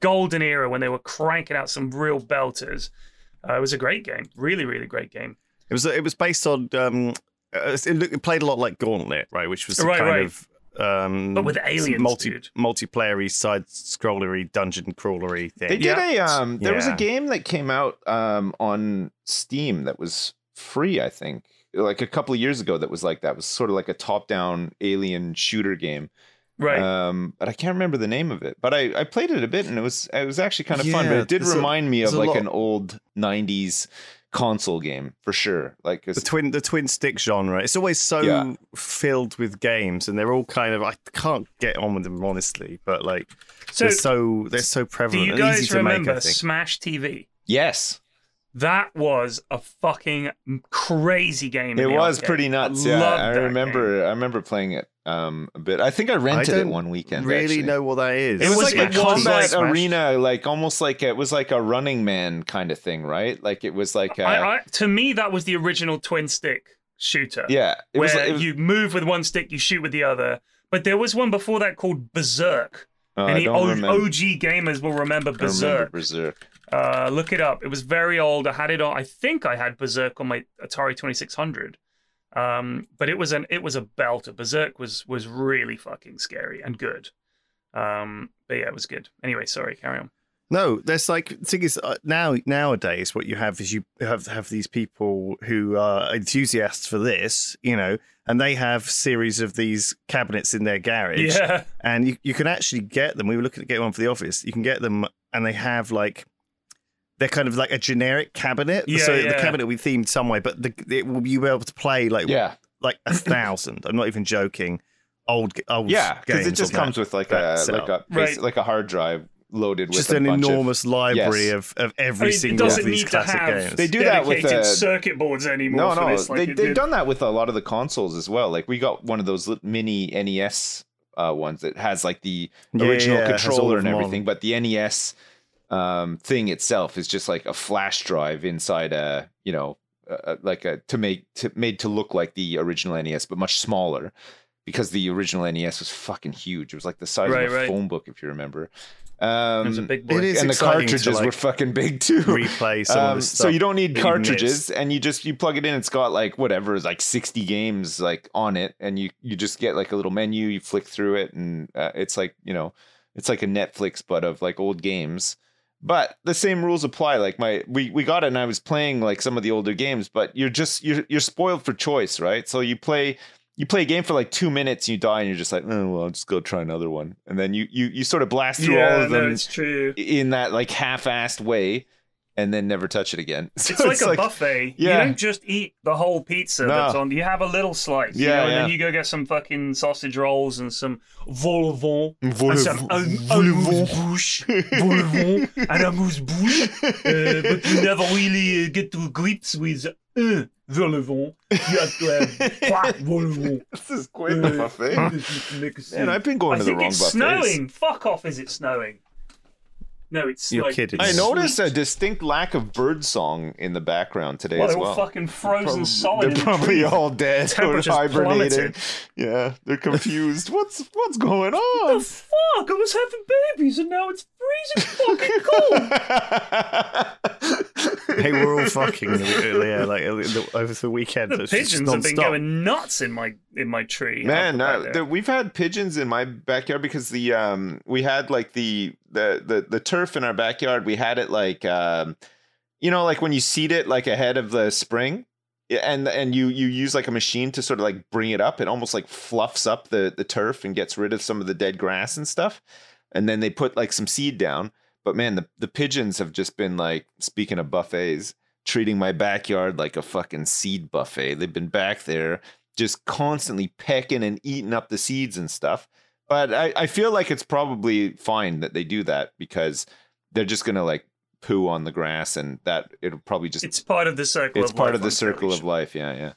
golden era when they were cranking out some real belters. Uh, it was a great game, really, really great game.
It was it was based on um, uh, it, looked, it played a lot like Gauntlet, right? Which was the
Right,
kind
right.
of um,
But with aliens,
multi
dude.
multiplayery side scrollery dungeon crawlery thing.
They did a um there was a
Yeah.
game that came out um on Steam that was free, I think. Like a couple of years ago that was like that It was sort of like a top-down alien shooter game.
Right.
Um, but I can't remember the name of it. But I, I played it a bit, and it was it was actually kind of fun. But
Yeah,
it did
there's a-
remind me of
there's a
like
lot-
an old '90s console game for sure. Like
the
it's,
twin the twin stick genre. It's always so
Yeah.
filled with games, and they're all kind of I can't get on with them honestly. But like
so,
they're so they're so
do
prevalent
you
and easy
guys
to make.
remember
I think.
Smash TV?
yes,
That was a fucking crazy game.
it
in the
was
arcade.
pretty nuts.
I
yeah,
loved
I
that
remember. I remember playing it um a bit. I think I rented it
don't
one weekend.
really
actually.
know what that is.
It was, like
was- it
a
was
combat
like-
arena, like almost like it was like a Running Man kind of thing, right? Like it was like a,
I, I, to me, that was the original twin stick shooter.
yeah, it
where
was, like- it was-
you move with one stick, you shoot with the other. But there was one before that called Berserk.
oh, I
Any
don't
O-
remember.
OG gamers will remember
I don't remember
Berserk.
Berserk.
Uh, look it up. It was very old. I had it on. I think I had Berserk on my Atari Twenty Six Hundred. Um, but it was an it was a belter. Berserk was was really fucking scary and good. Um, but yeah, it was good. Anyway, sorry, carry on.
No, there's like the thing is uh, now nowadays what you have is you have have these people who are enthusiasts for this, you know, and they have series of these cabinets in their garage,
Yeah,
and you, you can actually get them. We were looking at getting one for the office. You can get them, and they have like they're kind of like a generic cabinet.
Yeah,
so the
yeah.
cabinet will be themed some way, but the, it will you be able to play like
Yeah,
like a thousand. I'm not even joking. Old old
yeah, because
games
it
on
just
that.
comes with like
that
a like a
setup.
base-
Right.
like a hard drive loaded
just
with a
an
bunch of-
enormous library
Yes.
of, of
I
every
mean, it
single one of
doesn't
these
need to
classic
have-
games.
they do that with
Dedicated
uh,
circuit boards anymore.
no,
for
no,
this, like
they
it
they've
did-
done that with a lot of the consoles as well. Like we got one of those lit- mini NES uh, ones that has like the
Yeah,
original
yeah, it has all
controller
of
and
them on.
everything, but the NES um, thing itself is just like a flash drive inside a you know uh, uh, like a to make to, made to look like the original NES but much smaller because the original NES was fucking huge. It was like the size
Right,
of a
right.
phone book if you remember.
It was a
Um,
big boy.
It is
and the
exciting to,
cartridges
like,
were fucking big too.
replay some of
Um,
this stuff.
so you don't need
that you
cartridges and you just you plug it in it's got like whatever is like 60 games like on it and you you just get like a little menu you flick through it and uh, it's like you know it's like a netflix but of like old games but the same rules apply like my we we got it and i was playing like some of the older games but you're just you're you're spoiled for choice right so you play you play a game for like two minutes, you die, and you're just like, oh well, I'll just go try another one, and then you you you sort of blast through
yeah,
all of them
no, it's true.
in that like half-assed way and then never touch it again. So
It's like a buffet.
yeah.
You don't just eat the whole pizza
No.
that's on. You have a little slice. you
Yeah,
know, and then
yeah.
you go get some fucking sausage rolls and some vol au vent. and
Vol au
some
vent.
am-
Vol au vent.
amuse-bouche. Vol au vent and amuse-bouche. Uh, but you never really uh, get to grips with un vol au vent. You have to have trois vol au vent.
this is quite the buffet.
Uh, this is to make a
Man,
scene.
I've been going to
I
the
think
wrong
it's
buffets.
snowing. Fuck off! Is it snowing? No, it's
You're
like,
kidding.
I
it's
noticed
sweet.
a distinct lack of bird song in the background today
Well,
as
they're all
well.
fucking frozen
Probably-
solid. in
They're
the
probably
trees.
all dead or
Temperatures
hibernating.
plummeted.
Yeah, they're confused. what's what's going
the
on?
fuck? I was having babies and now it's freezing fucking cold.
They were all fucking yeah, like uh, the- over the weekend.
the
it's just
pigeons have been
nonstop.
going nuts in my in my tree.
Man,
out
uh,
back
the,
there.
we've had pigeons in my backyard because the um we had like the the the, the turf in our backyard. We had it like um you know like when you seed it like ahead of the spring yeah, and and you you use like a machine to sort of like bring it up. It almost like fluffs up the the turf and gets rid of some of the dead grass and stuff. And then they put like some seed down. But man, the the pigeons have just been like speaking of buffets, treating my backyard like a fucking seed buffet. They've been back there just constantly pecking and eating up the seeds and stuff. But I, I feel like it's probably fine that they do that because they're just gonna like poo on the grass and that it'll probably just
it's part of the circle.
it's
of
part
life
of the
on
circle of
television.
life. Yeah, yeah.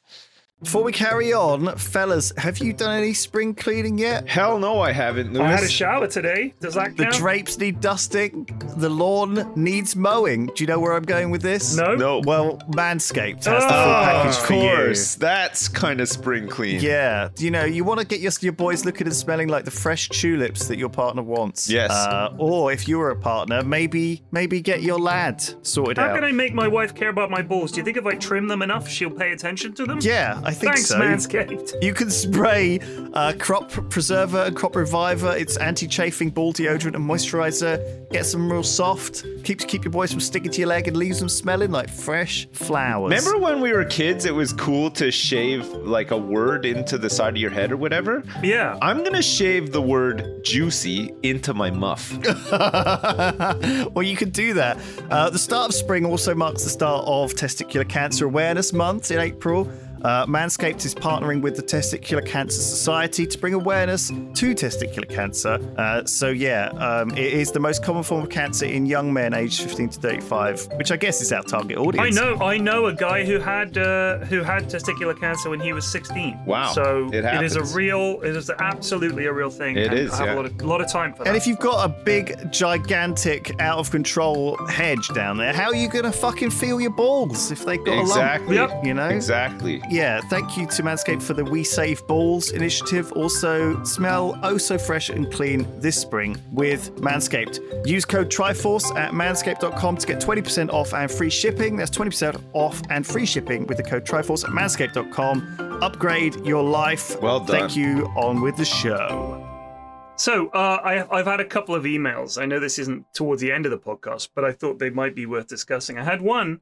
Before we carry on, fellas, have you done any spring cleaning yet?
Hell no, I haven't.
I had a shower today. Does that
The
count?
drapes need dusting. The lawn needs mowing. Do you know where I'm going with this?
no.
no,
Well, Manscaped has the full
Oh,
package
of
for you.
course. That's kind of spring clean.
Yeah, you know, you want to get your, your boys looking and smelling like the fresh tulips that your partner wants.
Yes.
Uh, or if you were a partner, maybe maybe get your lad sorted
How
out.
can I make my wife care about my balls? Do you think if I trim them enough, she'll pay attention to them?
Yeah, I think
Thanks,
so.
Manscaped.
You can spray uh, crop preserver and crop reviver. It's anti-chafing ball deodorant and moisturizer. Gets them real soft. Keeps keep your boys from sticking to your leg and leaves them smelling like fresh flowers.
Remember when we were kids, it was cool to shave like a word into the side of your head or whatever?
Yeah.
I'm gonna shave the word juicy into my muff.
well, you could do that. Uh, the start of spring also marks the start of Testicular Cancer Awareness Month in April. Uh, Manscaped is partnering with the Testicular Cancer Society to bring awareness to testicular cancer. Uh, so, yeah, um, it is the most common form of cancer in young men aged 15 to 35, which I guess is our target
I
audience.
know, I know a guy who had uh, who had testicular cancer when he was 16.
Wow.
So
It
it is a
happens.
real, it is absolutely a real thing.
It
and
is,
I have
yeah.
a lot of, lot of time for that.
And if you've got a big, gigantic, out of control hedge down there, how are you going to fucking feel your balls if they've got
Exactly.
a lump? You know?
Exactly.
Yeah, thank you to Manscaped for the We Save Balls initiative. Also, smell oh so fresh and clean this spring with Manscaped. Use code TRIFORCE at manscaped.com to get 20% off and free shipping. That's 20% off and free shipping with the code TRIFORCE at manscaped.com. Upgrade your life.
Well done.
Thank you. On with the show.
So uh, I, I've had a couple of emails. I know this isn't towards the end of the podcast, but I thought they might be worth discussing. I had one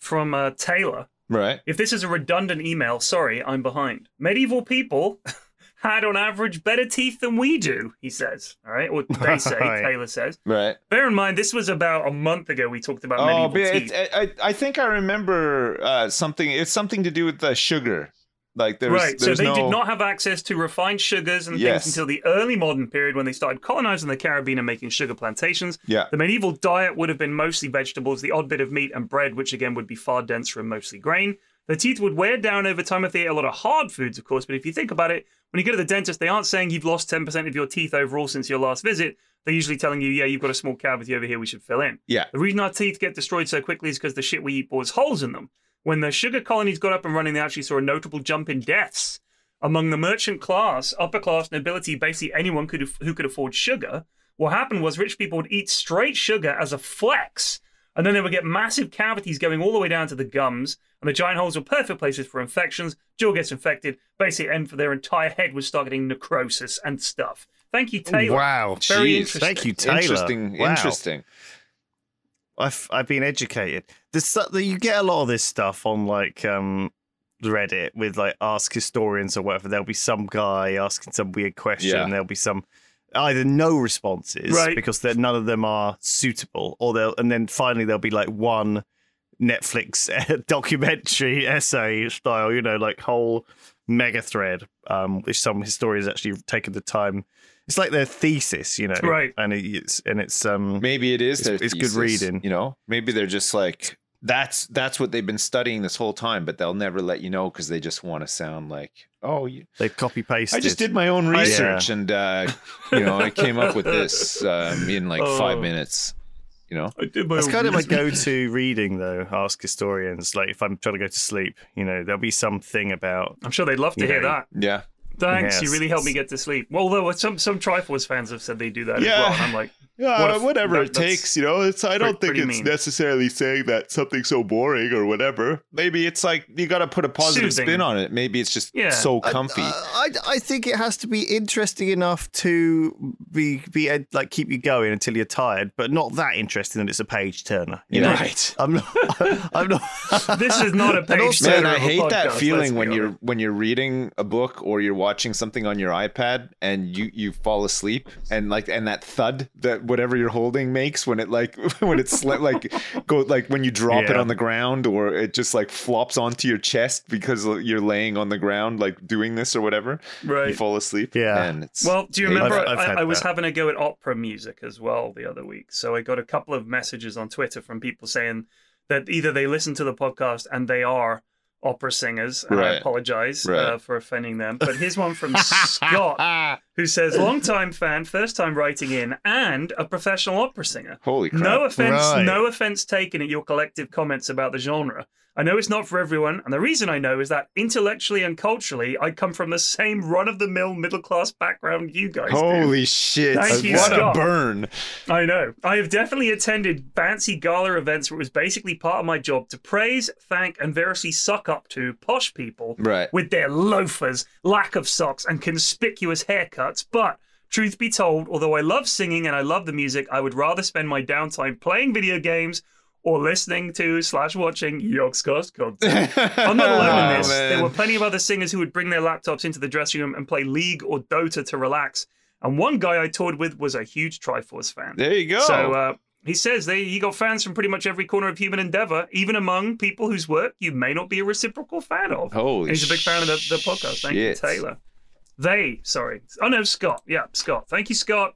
from uh, Taylor.
Right.
If this is a redundant email, sorry, I'm behind. Medieval people had on average better teeth than we do, he says. All right, or they say,
Right.
Taylor says.
Right.
Bear in mind, this was about a month ago we talked about
Oh,
medieval
but
teeth.
it, I, I think I remember uh, something. It's something to do with the sugar. Like there's,
right, so
there's
they
no,
did not have access to refined sugars and
Yes.
things until the early modern period when they started colonizing the Caribbean and making sugar plantations.
Yeah.
The medieval diet would have been mostly vegetables, the odd bit of meat and bread, which again would be far denser and mostly grain. Their teeth would wear down over time if they ate a lot of hard foods, of course, but if you think about it, when you go to the dentist, they aren't saying you've lost 10% of your teeth overall since your last visit. They're usually telling you, yeah, you've got a small cavity over here, we should fill in.
Yeah.
The reason our teeth get destroyed so quickly is because the shit we eat bores holes in them. When the sugar colonies got up and running, they actually saw a notable jump in deaths. Among the merchant class, upper class, nobility, basically anyone could who could afford sugar, what happened was rich people would eat straight sugar as a flex, and then they would get massive cavities going all the way down to the gums, and the giant holes were perfect places for infections. Jaw gets infected, basically, and for their entire head would start getting necrosis and stuff. Thank you, Taylor.
Wow.
Very
Jeez.
interesting.
Thank you, Taylor.
Interesting.
Wow.
Interesting.
I've I've been educated. There's so- that you get a lot of this stuff on like um Reddit with like ask historians or whatever. There'll be some guy asking some weird question.
Yeah.
There'll be some either no responses
Right.
because they're- none of them are suitable, or they'll and then finally there'll be like one Netflix documentary essay style, you know, like whole mega thread, um, which some historians actually have taken the time. It's like their thesis, you know,
Right.
And it's and it's um,
Maybe it is.
It's-
their
it's good
thesis,
reading.
You know, maybe they're just like that's that's what they've been studying this whole time, but they'll never let you know because they just want to sound like, oh, you,
they copy pasted.
I just did my own
I-
research and uh, you know I came up with this um, in like five
Oh.
minutes. You know,
I did my
That's
own
kind of my
research.
go-to reading, though. Ask historians, like if I'm trying to go to sleep, you know, there'll be something about.
I'm sure they'd love to
You
hear
know.
that.
yeah.
Thanks, you
Yes.
really helped me get to sleep. Well, though some some Triforce fans have said they do that
Yeah.
as well, and I'm like,
Yeah,
What if-
whatever
that-
it
that's
takes, you know. It's I don't
pretty
think it's
mean.
necessarily saying that something's so boring or whatever. Maybe it's like you got to put a positive
Soothing.
spin on it. Maybe it's just
Yeah.
so
I-
comfy.
Uh, I, I, I think it has to be interesting enough to be be uh, like keep you going until you're tired, but not that interesting that it's a page turner. You know,
right.
I'm not. I'm not.
this is not a
And
page
also-
turner
Man, I
of a
hate
podcast,
that
let's
feeling
be
when you're
honest.
when you're reading a book or you're watching something on your iPad and you you fall asleep and like and that thud that whatever you're holding makes when it like when it's sli- like go like when you drop it
Yeah.
on the ground or it just like flops onto your chest because you're laying on the ground like doing this or whatever. You
right.
fall asleep.
Yeah.
And it's
Well, do you
I've-
remember?
I've
I-
had
I, was
that.
having a go at opera music as well the other week. So I got a couple of messages on Twitter from people saying that either they listen to the podcast and they are opera singers, and I
Right.
apologize uh,
Right.
for offending them. But here's one from Scott, who says, "Longtime fan, first time writing in, and a professional opera singer."
Holy crap.
No offense,
Right.
no offense taken at your collective comments about the genre. I know it's not for everyone, and the reason I know is that intellectually and culturally, I come from the same run-of-the-mill middle-class background you guys
Holy shit.
Thank
you,
what
Scott.
a burn.
do. I know. I have definitely attended fancy gala events where it was basically part of my job to praise, thank, and variously suck up to posh people
Right.
with their loafers, lack of socks, and conspicuous haircuts. But truth be told, although I love singing and I love the music, I would rather spend my downtime playing video games or listening to slash watching Yogscast content. I'm not alone
Oh,
in this. There were plenty of other singers who would bring their laptops into the dressing room and play League or Dota to relax. And one guy I toured with was a huge Triforce fan.
There you go.
So uh, he says they, he got fans from pretty much every corner of human endeavor, even among people whose work you may not be a reciprocal fan of.
Holy
He's a big fan of the, the podcast. Thank you,
shit.
Taylor. They, sorry. Oh, no, Scott. Yeah, Scott. Thank you, Scott.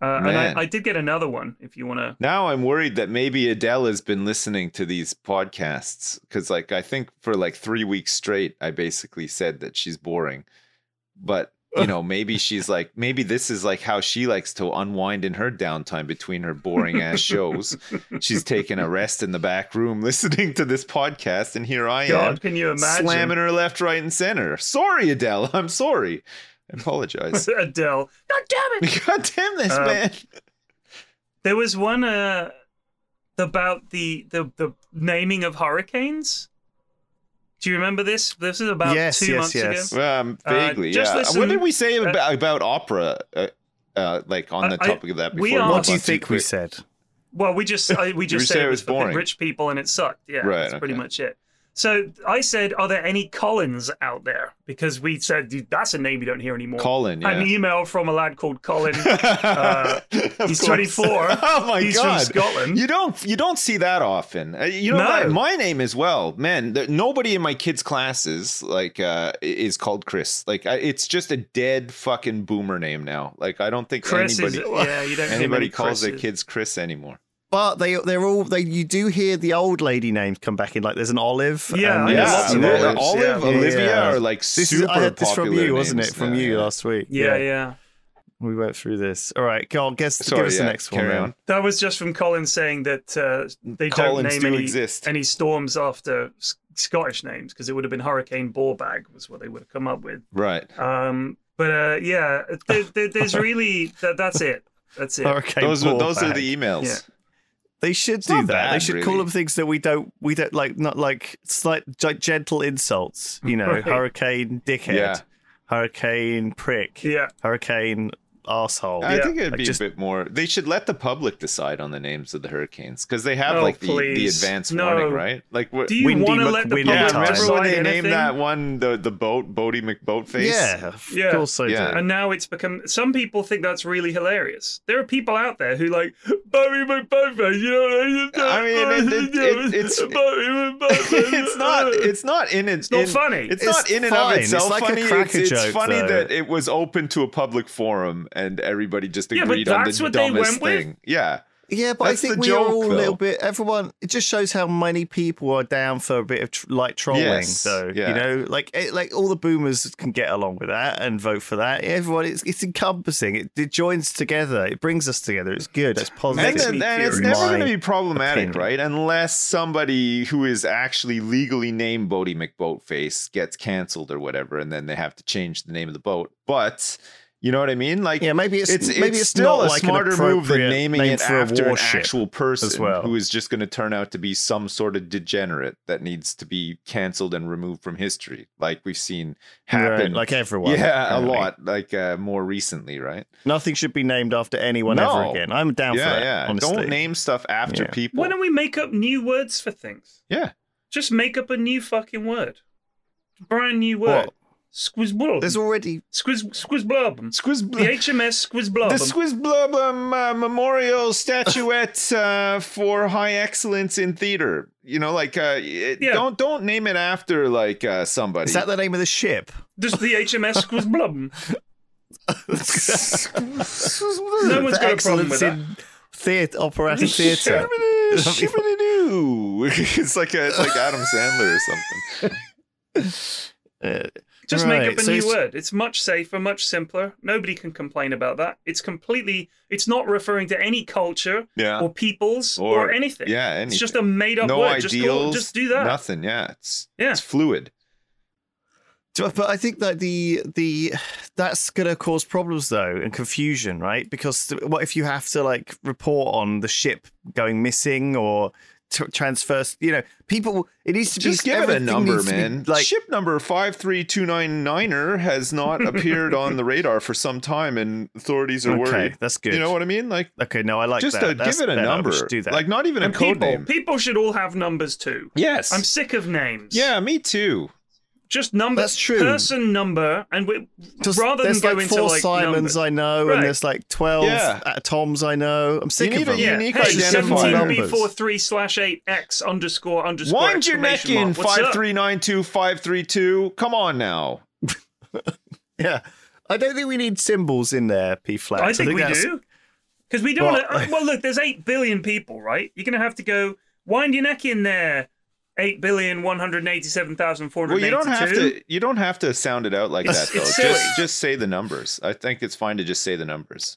Uh, and
Man.
I, I did get another one if you want to.
Now I'm worried that maybe Adele has been listening to these podcasts because, like, I think for like three weeks straight, I basically said that she's boring. But you know, maybe she's like, maybe this is like how she likes to unwind in her downtime between her boring ass shows. She's taking a rest in the back room listening to this podcast, and here I am
God, can you imagine?
slamming her left, right, and center. Sorry, Adele. I'm sorry. I apologize.
Adele. God damn it.
God damn this
Um,
man.
There was one uh, about the, the the naming of hurricanes. Do you remember this? This is about
Yes,
two
yes,
months
yes.
ago.
Um,
Uh,
vaguely,
just
yeah.
listen- uh,
what did we say about, about opera? Uh, uh, like on the
I- I-
topic of that. Before
we
we
are-
What do you
got Oh, too
think we
quick?
said?
Well, we just I, we just
were
said
saying
it was, for
boring.
rich people and it sucked. Yeah,
Right,
that's pretty
okay.
much it. So I said, are there any Collins out there? Because we said "Dude, that's a name you don't hear anymore.
Colin?
An
Yeah.
email from a lad called Colin. uh,
Of
he's
course.
24.
oh my
He's
god!
from Scotland.
You don't you don't see that often. Uh, You know
No.
my- my name as well, man. There, nobody in my kids' classes like uh, i- is called Chris. Like I, it's just a dead fucking boomer name now. Like I don't think
Chris
anybody
is yeah. You don't hear
anybody
many
calls their
Chris's.
kids Chris anymore.
But they they're all they you do hear the old lady names come back in. Like there's an Olive.
Oh, Yeah,
and
I know
there's
lots of
some
Olive,
Olives,
Olive,
yeah.
Olivia
Yeah.
are like
This is,
super
I had this from
popular
you, wasn't it?
names
From
now,
you
yeah.
last week.
Yeah, yeah.
We went through this. All right, go on. Guess
Sorry,
give us
yeah,
the next one.
carry
then.
on.
That was just from Colin saying that uh, they
Collins
don't
do
name any,
exist.
any storms after S- Scottish names because it would have been Hurricane Borbag was what they would have come up with.
Right.
Um, but uh, yeah, there, there, there's really that, that's it. That's it.
Hurricane
those were,
Paul
those are
back.
the emails.
Yeah.
They should
not
do that. they
bad,
should call
really.
them things that we don't we don't like. Not like slight g- gentle insults. You know,
Right.
hurricane dickhead,
Yeah.
hurricane prick,
Yeah,
hurricane asshole.
I
Yeah.
think it'd
I
be
just-
a bit more. They should let the public decide on the names of the hurricanes because they have
No,
like the, the
please.
advance
No.
warning, right? Like, what,
Do you
Windy
want to
Mc-
let the
Windy
yeah,
public
Time.
remember when
decide
they
anything?
named that one the the boat Bodie McBoatface?
yeah, of
Yeah.
course I
Yeah.
do.
And now it's become. Some people think that's really hilarious. There are people out there who like Barry McBoatface. You know what I mean?
I mean, it- it- it- it's-
Barry McBoatface.
it's not. It's not in its.
It's not
in-
funny.
It's,
It's
not in and
fine.
of
It's
itself
like a
funny. it's,
cracker
it's
joke,
funny
though.
that it was open to a public forum and everybody just
Yeah, but
agreed on
that's
the
what they
dumbest
went with.
thing. Yeah,
Yeah, but
That's
I think
the
we are
joke,
all a little
though.
bit. Everyone, it just shows how many people are down for a bit of tr- like trolling.
Yes,
though,
yeah.
you know, like it, like all the boomers can get along with that and vote for that. Everyone, it's it's encompassing. It, it joins together. It brings us together. It's good. It's positive.
and,
makes
then,
me
and it's
furious.
never going
My
to be problematic,
opinion.
right? Unless somebody who is actually legally named Bodie McBoatface gets canceled or whatever, and then they have to change the name of the boat. But you know what I mean? Like,
yeah, maybe it's,
it's, it's,
maybe it's
still
not
a
like an
smarter move than
appropriate
naming
name
it
for a
after an
warship
actual person
well.
who is just going to turn out to be some sort of degenerate that needs to be canceled and removed from history, like we've seen
Right,
happen.
like everyone.
yeah,
apparently.
a lot, like uh, more recently, right?
Nothing should be named after anyone
No.
ever again. I'm down for
yeah,
that.
yeah.
Honestly.
Don't name stuff after
Yeah.
people.
Why don't we make up new words for things?
yeah,
Just make up a new fucking word. Brand new
What?
word. Squizblob.
There's already
Squiz squizblob.
squiz.
The HMS squizblob.
The Swiss Blubum uh, Memorial Statuette uh, for High Excellence in Theater. You know, like uh, it-
Yeah.
don't don't name it after like uh, somebody.
is that the name of the ship?
Just the HMS squizblob. No
The
one's got a problem with
excellence in theater, operatic theater.
Shibbity-doo. it's like a, it's like Adam Sandler or something.
Uh,
Just
Right,
make up a
so
new
it's-
word. It's much safer, much simpler. Nobody can complain about that. It's completely. It's not referring to any culture
Yeah.
or peoples
Or-
or, anything.
yeah,
It's just a
anything.
made up
no
word.
ideals.
just, call, just do that.
Nothing. Yeah, it's
Yeah.
it's fluid.
Do- But I think that the the that's gonna cause problems though and confusion, right? Because th- what if you have to like report on the ship going missing or t- transfers? You know, people. It needs to
Just
be
give it a
everything
number,
needs to be,
man.
Like
Ship number 53299er has not appeared on the radar for some time, and authorities are
okay,
worried.
that's good.
You know what I mean? Like,
Okay, no, I like
just
that.
to
That's
give it a
better. We
number.
should Do that.
Like, not even
and
a code
people,
name.
people should all have numbers too.
Yes.
I'm sick of names.
yeah, me too.
Just number.
That's true.
Person number, and we,
Just-
rather than
there's
go
like
into
four
like
Simons
numbers.
I know,
Right.
and there's like twelve
Yeah.
uh, Toms I know. I'm sick of
need a
them.
Yeah.
unique
hey,
identifier. Numbers.
17B43 slash 8X underscore underscore.
Wind your neck in
exclamation mark. What's up?
5392532. Come on now.
Yeah. I don't think we need symbols in there, P flat.
I think, we
that's-
do. Because we don't
Well,
want to. Well, look, there's 8 billion people, right? You're going to have to go wind your neck in there. Eight billion one hundred eighty-seven thousand four
Well,
hundred
you
eighty-two.
don't have to. You don't have to sound it out like
It's-
that, though.
it's
Just,
silly.
just say the numbers. I think it's fine to just say the numbers.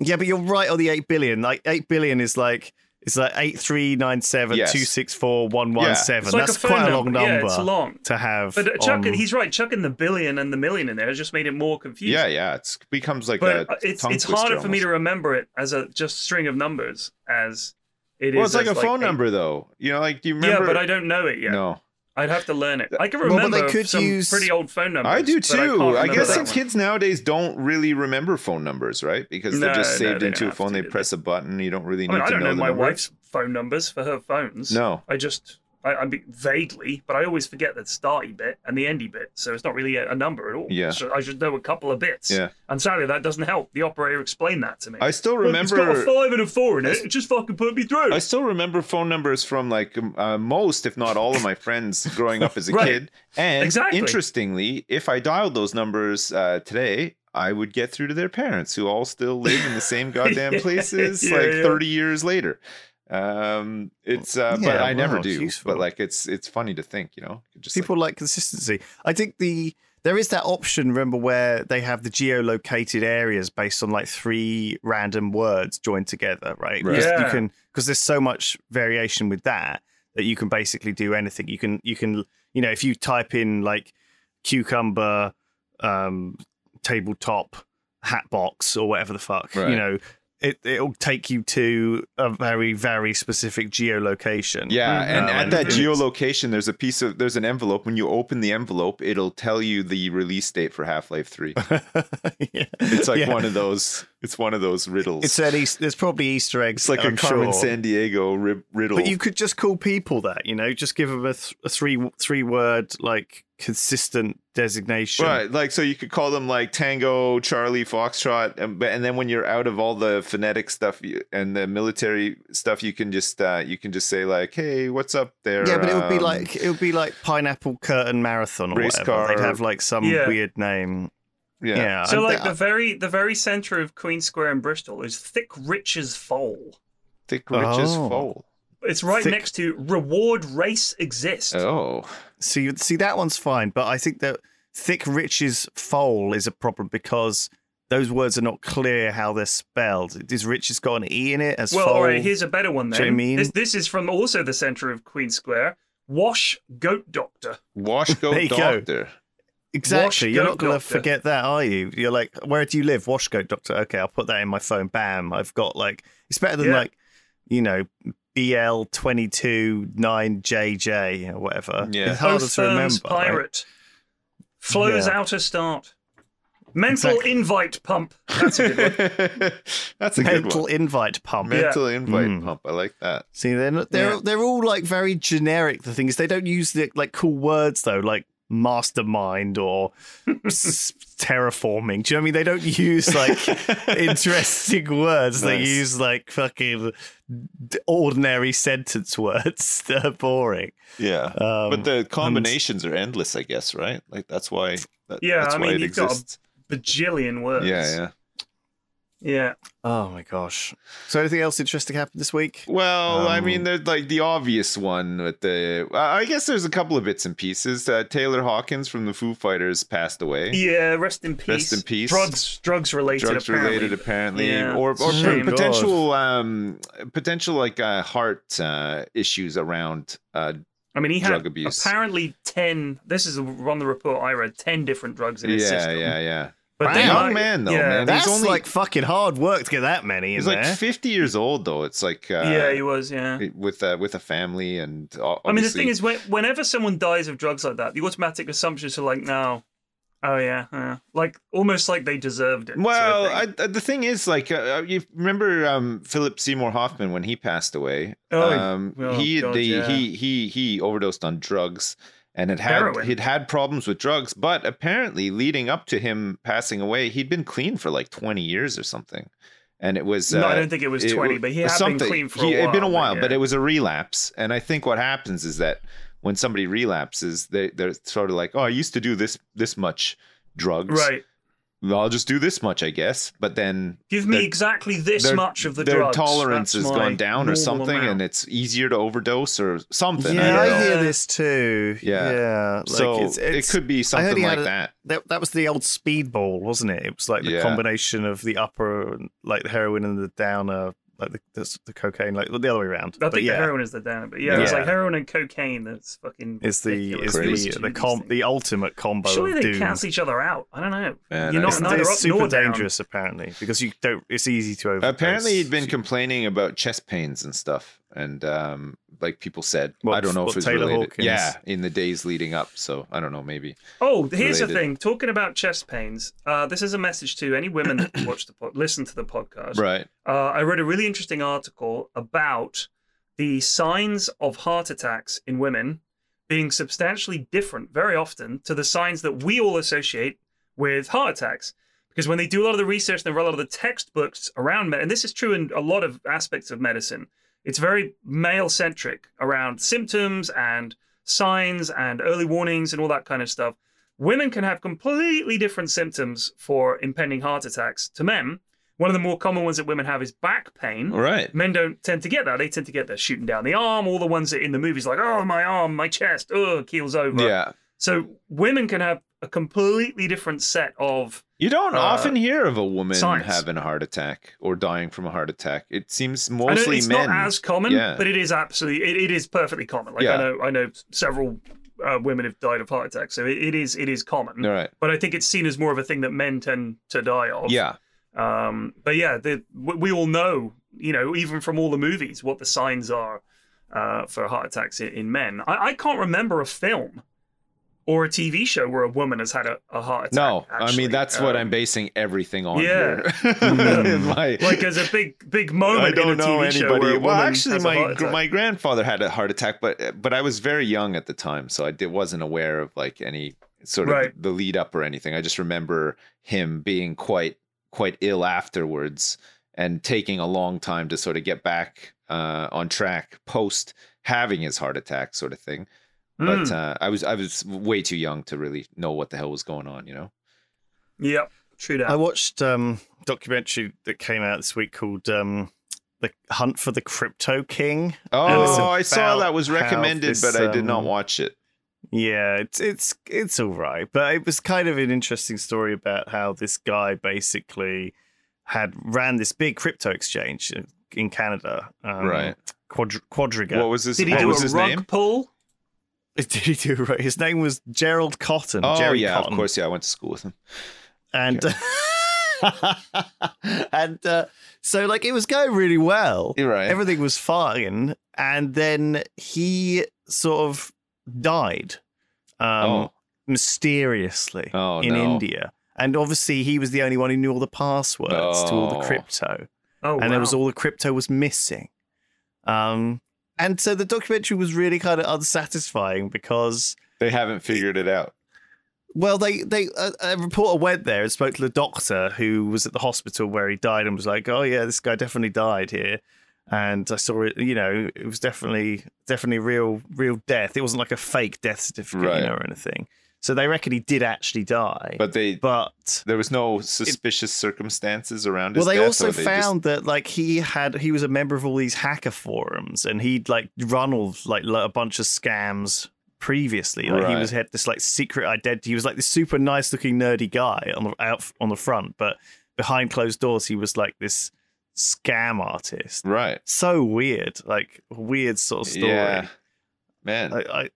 Yeah, but you're right on the eight billion. Like eight billion is like it's like eight three nine seven
Yes.
two six four one one seven.
It's like
That's
a phone
quite a long
number.
number
Yeah, it's long.
to have.
But uh, Chuck,
on-
he's right. Chucking the billion and the million in there has just made it more confusing.
Yeah, yeah. It's becomes like
but
a
uh, it's
tongue
it's
twister
harder for me
almost.
to remember it as a just string of numbers as it is.
Well, it's like
as
a phone
eight-
number, though. You know, like do you
Yeah,
remember?
but I don't know it yet.
No,
I'd have to learn it. I can
Well, but
remember
they could
some
use-
pretty old phone numbers.
I do
but can't
too. I,
remember
guess
that
some
one.
kids nowadays don't really remember phone numbers, right? Because they're
No,
just
no,
saved
they
into
don't
a
have
phone.
to,
They
do
press a button. You don't really
I
need
mean, I
to
don't
know,
know
the
my
number.
wife's phone numbers for her phones.
No.
I just, I, I mean, vaguely, but I always forget the starty bit and the endy bit, so it's not really a, a number at all.
Yeah.
So I should know a couple of bits.
Yeah.
And sadly, that doesn't help. The operator explained that to me.
I still
Look, It's got a
remember.
five and a four in it. It just fucking put me through.
I still remember phone numbers from like um, uh, most, if not all, of my friends growing up as a
Right.
kid. And
Exactly.
interestingly, if I dialed those numbers uh, today, I would get through to their parents, who all still live in the same goddamn
Yeah,
places,
yeah,
like
yeah.
thirty years later. Um, it's uh, but
Yeah,
I never
wow, it's
do.
useful.
But like, it's it's funny to think, you know, just like,
people like consistency. I think the there is that option. Remember where they have the geolocated areas based on like three random words joined together, right?
Right.
Because You
Yeah.
can because there's so much variation with that that you can basically do anything. You can you can you know if you type in like cucumber, um, tabletop, hat box, or whatever the fuck,
Right.
you know. it it'll take you to a very very specific geolocation.
Yeah,
Mm-hmm.
and
No,
at
and
that
it's-
geolocation, there's a piece of there's an envelope. When you open the envelope, it'll tell you the release date for Half Life Three.
yeah.
It's like
Yeah.
one of those. It's one of those riddles.
It's
It's,
an Easter, there's probably Easter eggs.
like
I'm
a common
sure.
San Diego ri- riddle.
But you could just call people that, you know, just give them a, th- a three three word like consistent designation.
Right, like so you could call them like Tango, Charlie, Foxtrot, and, but- and then when you're out of all the phonetic stuff you- and the military stuff, you can just uh, you can just say like, "Hey, what's up there?"
Yeah, but it would be
um,
like it would be like pineapple curtain marathon or
Race
whatever.
car.
They'd have like some
Yeah.
weird name. Yeah.
yeah,
So
and
like
that-
the very the very center of Queen Square in Bristol is Thick Rich's Foal.
thick riches
Oh.
foal.
It's right
Thick-
next to Reward Race Exist.
Oh,
see see that one's fine, but I think that thick rich's foal is a problem because those words are not clear how they're spelled. Is rich has got an e in it as
well,
foal?
all right, here's a better one
Do
then.
you mean-
This, this is from also the center of Queen Square. Wash Goat Doctor.
wash
There
go
you go.
doctor.
exactly. You're not
Washgoat
going to
Doctor.
forget that, are you? You're like, where do you live? Washgoat doctor. Okay, I'll put that in my phone. Bam. I've got like it's better than
Yeah.
like you know. BL twenty two nine JJ or whatever.
Yeah.
it's harder to
Othern's
remember. right?
Pirate. Flows
Yeah.
outer start. Mental
Exactly.
invite pump. That's a good one.
That's a good
Mental
one.
invite pump.
Mental invite
Mm.
pump. I like that.
See, they're not, they're
Yeah.
they're all like very generic. The thing is, they don't use the like cool words though, like mastermind or s- terraforming. Do you know what I mean? They don't use like interesting words. They
Nice.
use like fucking d- ordinary sentence words. they're boring.
Yeah.
Um,
but the combinations are endless, I guess, right? Like that's why. That,
Yeah,
that's
I
why
mean,
it
you've got a-
exists.
Bajillion words.
yeah, yeah.
Yeah.
oh my gosh. So, anything else interesting happened this week?
Well, I
Um,
mean, there's like the obvious one with the. I I guess there's a couple of bits and pieces. Uh, Taylor Hawkins from the Foo Fighters passed away.
Yeah, rest in peace.
Rest in peace.
Drugs, drugs related.
Drugs
apparently.
related, apparently,
Yeah,
or or
it's a shame.
potential um potential like uh, heart uh, issues around. Uh,
I mean, he had
drug abuse.
apparently ten. This is on the report I read. Ten different drugs in
yeah,
his system.
yeah, yeah.
But
Wow.
they
Young
might-
man, though,
yeah.
man. And he's
That's
only-
like fucking hard work to get that many in
He's
there.
like 50 years old though. It's like uh,
yeah, he was. Yeah.
with uh, with a family and. o-
I mean, the
obviously-
thing is, when, whenever someone dies of drugs like that, the automatic assumptions are like, no, oh yeah, yeah. like almost like they deserved it. sort of
Well,
thing.
I, I- the thing is, like, uh, you remember um, Philip Seymour Hoffman when he passed away?
Oh,
um,
oh,
he,
God,
the,
yeah.
he he he overdosed on drugs and had had
Heroin.
he'd had problems with drugs, but apparently, leading up to him passing away, he'd been clean for like twenty years or something, and it was.
no,
uh,
I don't think it was
it
twenty,
wa-
but he
or
had been
something.
clean for
He-
a while.
It'd been a while, but
yeah.
it was a relapse. And I think what happens is that when somebody relapses, they they're sort of like, oh, I used to do this this much drugs,
right.
well, I'll just do this much, I guess. But then
Give me
Their-
exactly this
their-
much of the
their
drugs.
tolerance
That's
has
my
gone down or
normal
something,
amount.
and it's easier to overdose or something.
yeah,
I
I
don't know.
hear this too.
Yeah.
yeah. like,
so
it's- it's-
it could be
heard
something
he had
like
a-
that.
that that was the old speedball, wasn't it? It was like the
Yeah.
combination of the upper, like the heroin and the downer, like the the, the cocaine, like well, the other way around.
I
But
think
yeah,
the heroin is the downer, but yeah, it's
Yeah.
like heroin and cocaine. That's fucking.
is the is
ridiculous.
Crazy.
the the com- the ultimate combo
Surely
of
they
doom.
cancel each other out. I don't know.
Man, I
You're not
don't
It's,
know.
neither
it's
up
super
nor down.
dangerous apparently because you don't. It's easy to overdose.
Apparently, he'd been
She-
complaining about chest pains and stuff, and um, like people said,
What-
I don't know
what
if it's
Taylor
related.
Hawkins-
Yeah, in the days leading up, so I don't know. Maybe
Oh, here's the
related.
thing. Talking about chest pains, uh, this is a message to any women that watch the pod, listen to the podcast.
right.
Uh, I read a really interesting article about the signs of heart attacks in women being substantially different, very often, to the signs that we all associate with heart attacks. Because when they do a lot of the research and they write a lot of the textbooks around, med- and this is true in a lot of aspects of medicine, it's very male centric around symptoms and signs and early warnings and all that kind of stuff. Women can have completely different symptoms for impending heart attacks to men. One of the more common ones that women have is back pain.
All right.
Men don't tend to get that. They tend to get their shooting down the arm. All the ones that in the movies, like, oh, my arm, my chest, oh, keels over.
Yeah.
So women can have a completely different set of
You don't
Uh,
often hear of a woman
signs.
having a heart attack or dying from a heart attack. It seems
I know
mostly
it's
men.
not as common,
Yeah.
but it is absolutely it, it is perfectly common. Like I
Yeah.
know I know several uh, women have died of heart attacks, so it, it is it is common.
All right.
But I think it's seen as more of a thing that men tend to die of.
Yeah.
Um, but yeah, the, we we all know, you know, even from all the movies, what the signs are uh, for heart attacks in, in men. I, I can't remember a film or a TV show where a woman has had a, a heart attack.
No, I
actually.
mean that's what
Um,
I'm basing everything on
yeah.
here. In my-
Uh, like as a big big moment
I
in
don't
a TV
know
show where a
anybody.
woman
Well, actually,
has a heart
my
attack.
my grandfather had a heart attack, but but I was very young at the time, so I did, wasn't aware of like any sort of
Right.
the lead up or anything. I just remember him being quite quite ill afterwards and taking a long time to sort of get back uh, on track post having his heart attack, sort of thing. But
Mm,
uh, I was I was way too young to really know what the hell was going on, you know.
yep, true that.
I watched um documentary that came out this week called um The Hunt for the Crypto King. And it's
Oh, I saw
about
that was
how
recommended,
this,
but I did not
um,
watch it.
Yeah, it's it's it's all right, but it was kind of an interesting story about how this guy basically had ran this big crypto exchange in Canada, um,
Right.
Quadr- Quadriga.
What was his?
Did he
what
do
was
a
his
rug
name?
pull?
Did he do it right? His name was Gerald Cotton.
Oh
Jerry
yeah,
Cotton.
of course. Yeah, I went to school with him.
And and uh, so like it was going really well.
You're right.
Everything was fine, and then he sort of died um,
oh,
mysteriously
Oh,
in
no.
India. And obviously, he was the only one who knew all the passwords to all
Oh.
the crypto,
Oh,
and there was
wow.
all the crypto was missing. Um, and so the documentary was really kind of unsatisfying because
they haven't figured it out.
well, they they a, a reporter went there and spoke to the doctor who was at the hospital where he died and was like, "Oh yeah, this guy definitely died here." And I saw it, you know, it was definitely definitely real real death. It wasn't like a fake death certificate,
Right.
you know, or anything. So they reckon he did actually die,
But they,
but
there was no suspicious circumstances around.
well,
His
they
death,
also
or they
found that like he had he was a member of all these hacker forums, and he'd like run all like lo- a bunch of scams previously. Like he
Right.
was had this like secret identity. He was like this super nice looking nerdy guy on the out on the front, but behind closed doors, he was like this scam artist.
Just, right.
So weird, like weird sort of story.
Yeah, man.
I, I,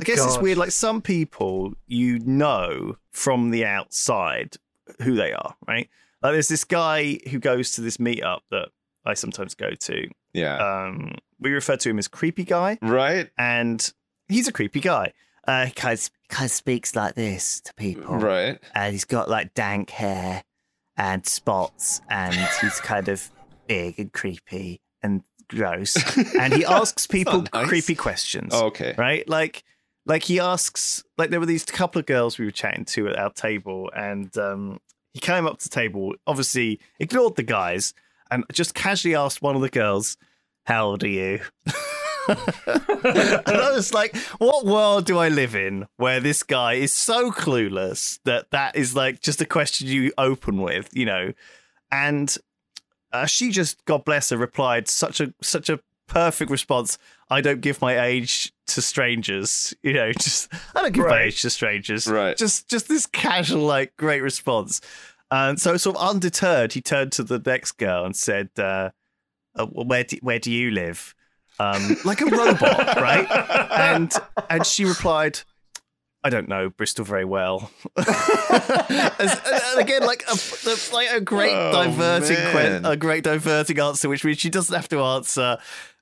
I guess it's
God.
weird. Like some people, you know from the outside who they are, right? Like there's this guy who goes to this meetup that I sometimes go to.
yeah.
Um, we refer to him as creepy guy,
right.
and he's a creepy guy. Uh, he kind of, kind of speaks like this to people,
Right.
and he's got like dank hair and spots, and he's kind of big and creepy and gross. And he asks people
not nice. Oh,
creepy questions
okay.
right? Like, like he asks, like there were these couple of girls we were chatting to at our table, and um, he came up to the table, obviously ignored the guys, and just casually asked one of the girls, "How old are you?" and I was like, "What world do I live in where this guy is so clueless that that is like just a question you open with, you know?" And uh, she just, God bless her, replied such a such a perfect response. I don't give my age to strangers. You know, just I don't give my
Right.
age to strangers.
Right.
Just just this casual, like great response. And so, sort of undeterred, he turned to the next girl and said, uh, uh, "Where do, where do you live?" Um, like a robot, right? And and she replied, "I don't know Bristol very well." As- and, and again, like a the- like a great
Oh,
diverting que-
man.
a great diverting answer, which means she doesn't have to answer.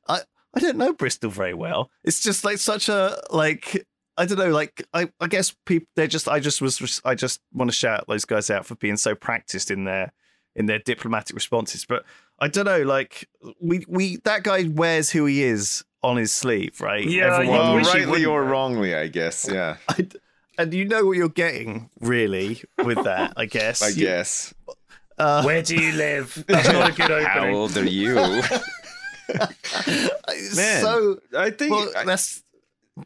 I I don't know Bristol very well. It's just like such a like. I don't know, like I, I guess people they're just I just was I just want to shout those guys out for being so practiced in their in their diplomatic responses. But I don't know, like we we that guy wears who he is on his sleeve, right?
Yeah,
Everyone
you
Well,
wish he
rightly
wouldn't.
or wrongly, I guess. Yeah.
I, and you know what you're getting, really, with that, I guess.
I
You-
guess.
Uh,
Where do you live? That's not a good
How
opening.
old are you?
it's
Man,
so
I think.
well,
I-
that's.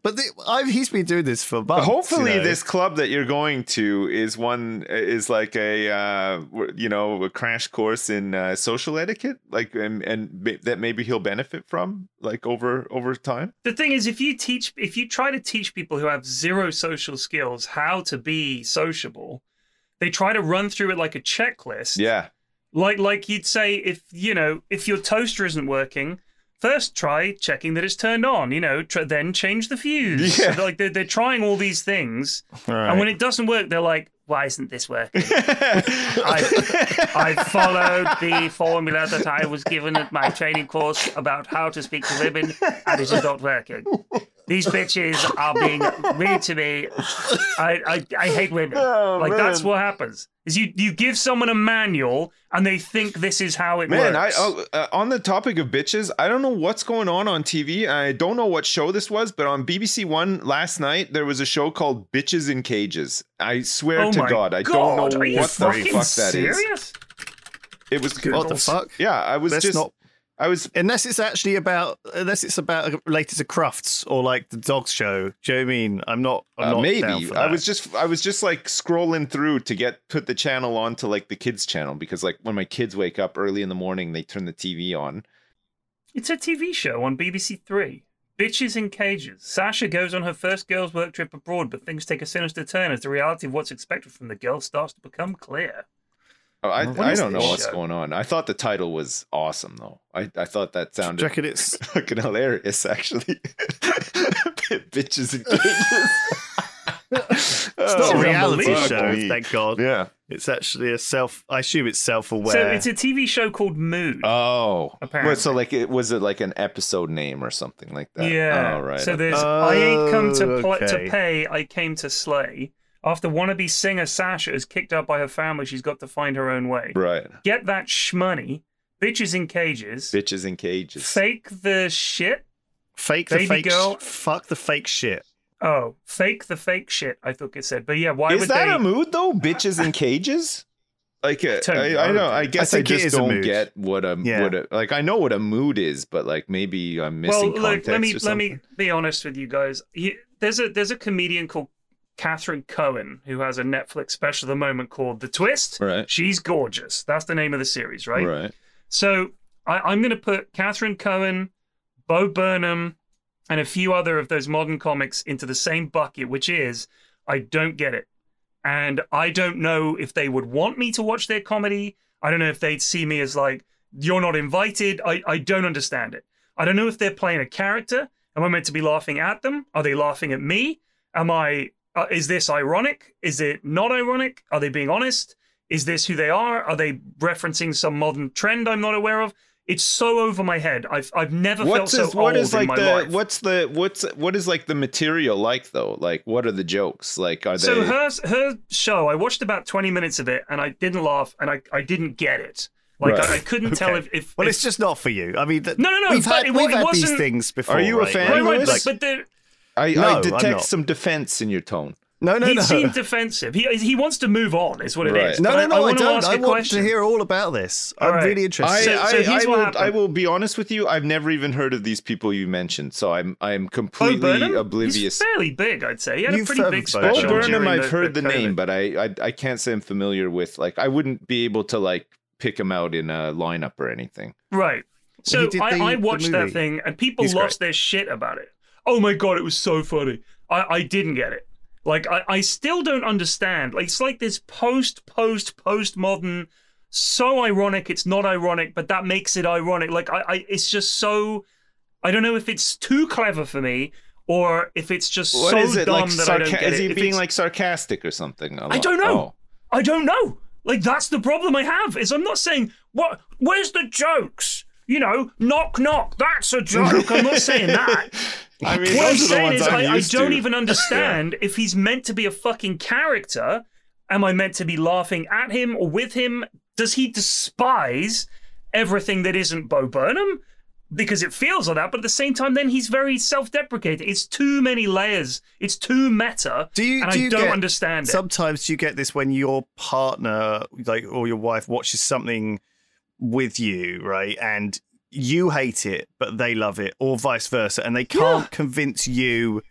But the, I've, he's been doing this for months.
Hopefully,
you know.
this club that you're going to is one is like a uh, you know a crash course in uh, social etiquette, like and, and ma- that maybe he'll benefit from like over over time.
the thing is if you teach if you try to teach people who have zero social skills how to be sociable they try to run through it like a checklist
Yeah,
like like you'd say if you know if your toaster isn't working first try checking that it's turned on you know tr- then change the fuse
Yeah.
like they're, they're trying all these things
All
and
right.
when it doesn't work they're like why isn't this working? I, I followed the formula that I was given at my training course about how to speak to women, and it is not working. These bitches are being rude to me. I, I, I hate women.
Oh,
like that's
man.
what happens. Is you you give someone a manual and they think this is how it
Man, I,
works.
I, uh, on the topic of bitches, I don't know what's going on on TV. I don't know what show this was, but on BBC One last night, there was a show called Bitches in Cages. I swear
oh
to
my
God, I don't know
God,
what
are you
the fuck
fucking
that
serious?
is. It was
Good
What the
Goodness.
fuck?
Yeah, I was
Let's
just,
not.
I was,
Unless it's actually about, unless it's about uh, related to Crufts or like the dog show. Do you know what I mean? I'm not. I'm
uh,
not
maybe
Down for that.
I was just, I was just like scrolling through to get put the channel on to like the kids channel because like when my kids wake up early in the morning, they turn the TV on.
It's a TV show on BBC Three. Bitches in cages. Sasha goes on her first girls' work trip abroad, but things take a sinister turn as the reality of what's expected from the girl starts to become clear.
Oh, I,
What
I
is
don't know
this
what's
show?
going on. I thought the title was awesome though. I, I thought that
Do
sounded
you reckon it's
fucking hilarious, actually. Bitches and Oh, cages.
it's not a
it's
reality
unbelievable.
show. Thank God.
Yeah.
It's actually a self. I assume it's self-aware.
So it's a TV show called Mood.
Oh.
Apparently.
Wait, so like, it was it like an episode name or something like that?
yeah.
Oh, right.
So there's I ain't come to pl-
okay.
to pay. I came to slay. After wannabe singer Sasha is kicked out by her family, she's got to find her own way.
right.
Get that shmoney. Bitches in cages.
Bitches and cages.
Fake the shit.
fake the
Baby
fake. sh-
girl-
fuck the fake shit.
Oh, fake the fake shit. I think it said, but yeah, why
Is
would
that
they?
a mood though? Bitches and cages. Like uh,
Totally.
I, I don't. I guess I,
think it
just
is a
don't
mood.
get what a
Yeah.
what a like. I know what a mood is, but like maybe I'm
well,
missing
look,
context
let me
or
let
something.
me be honest with you guys. He, there's a there's a comedian called Catherine Cohen who has a Netflix special at the moment called The Twist.
Right.
She's gorgeous. That's the name of the series, right?
Right.
So I, I'm going to put Catherine Cohen, Bo Burnham, and a few other of those modern comics into the same bucket, which is I don't get it. And I don't know if they would want me to watch their comedy. I don't know if they'd see me as like, you're not invited. I, I don't understand it. I don't know if they're playing a character. Am I meant to be laughing at them? Are they laughing at me? Am I, uh, is this ironic? Is it not ironic? Are they being honest? Is this who they are? Are they referencing some modern trend I'm not aware of? It's so over my head. I've I've never
what's
felt
is,
so
what
old
is like
in my
the
life.
what's the what's what is like the material like though like what are the jokes like are
so
they
her her show, I watched about 20 minutes of it and I didn't laugh and I, I didn't get it. Like
Right.
I, I couldn't tell
Okay.
if, if
Well,
if-
it's just not for you. I mean, th-
No, no, no,
We've
but
had,
it wa-
we've
it
had these
wasn't-
things before.
Are you a
right?
fan,
Right, right,
Lewis?
but, but the,
I,
No,
I
I'm
detect
not.
some defense in your tone
no, no,
he
no.
seemed defensive. He he wants to move on, is what it
Right.
is.
No,
But
no, no, I,
want to
don't.
ask
I
a
want
question.
to hear all about this.
All
I'm
right.
really
I,
interested.
So-
I,
so here's
I,
what
will,
happened.
I will be honest with you I've never even heard of these people you mentioned so I'm I'm
Bo
completely
Oh, Burnham, he's
oblivious
fairly big, I'd say. He had a
You've
pretty
heard
big
of Bo
Bo
special.
Burnham.
during
Burnham I've heard the,
COVID.
name but I, I I can't say I'm familiar with like I wouldn't be able to like pick him out in a lineup or anything
Right. So
did the-
I, I
the
watched that
movie.
thing and people
He's
lost their shit about it. Oh my god, it was so funny. I, I didn't get it. Like I, I still don't understand. Like it's like this post post post modern so ironic it's not ironic, but that makes it ironic. Like I, I it's just so I don't know if it's too clever for me or if it's just
What
so
is it
dumb
like
that I don't
sarca-
get
is
it.
he
If
being
it's-
like sarcastic or something Oh.
I don't know. I don't know. Like that's the problem I have is I'm not saying what where's the jokes? You know, knock knock, that's a joke. I'm not saying that.
I mean
what
those
I'm
are the
saying
ones
is I,
I'm
I
used
don't
to.
even understand if he's meant to be a fucking character. Am I meant to be laughing at him or with him? Does he despise everything that isn't Bo Burnham? Because it feels like that, but at the same time, then he's very self-deprecating. It's too many layers. It's too meta,
Do you-
and
do
I
you
don't
get
understand it.
Sometimes you get this when your partner, like or your wife, watches something with you, right, and you hate it, but they love it, or vice versa, and they can't convince you,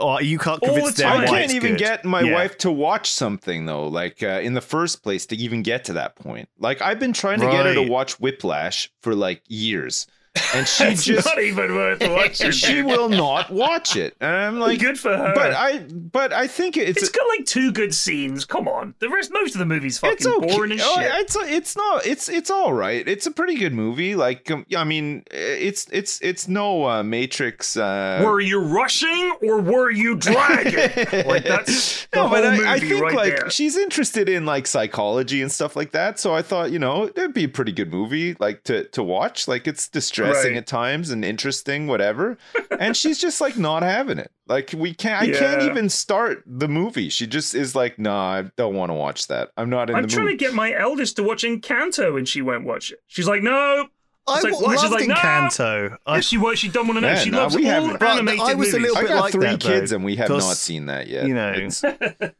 or you can't
All
convince
the
them.
time.
why
I can't
it's
even
good.
get my
Yeah.
wife to watch something though, like uh, in the first place to even get to that point. Like I've been trying to get her to
Right.
watch Whiplash for like years. and she
It's
just
not even worth watching.
she will not watch it. And I'm like,
Good for her.
but I but I think it's
it's got like two good scenes. Come on, the rest, most of the movie's fucking
it's okay.
boring as
Oh,
shit.
it's it's not it's it's all right. It's a pretty good movie. Like um, I mean, it's it's it's no uh, Matrix. Uh,
were you rushing or were you dragging? like that's the
no,
whole
but
movie
I, I think
right
like
there.
she's interested in like psychology and stuff like that. So I thought you know it'd be a pretty good movie like to to watch. Like it's distressing
Right.
at times and interesting, whatever. and she's just like not having it. Like we can't. I can't
Yeah.
even start the movie. She just is like, nah, I don't want to watch that. I'm not in
I'm
the
trying
mood.
to get my eldest to watch Encanto, and she won't watch it. She's like, no.
I
It's like,
w-
why? She's
loved
like, no.
Encanto. I,
If she won't, she don't want to know.
Yeah,
she
no,
loves
uh, we
all
haven't. But
animated
I was a
movies.
little
I
bit
got
like
three
that, though,
kids and we have not
because,
seen that yet.
you know.
it's,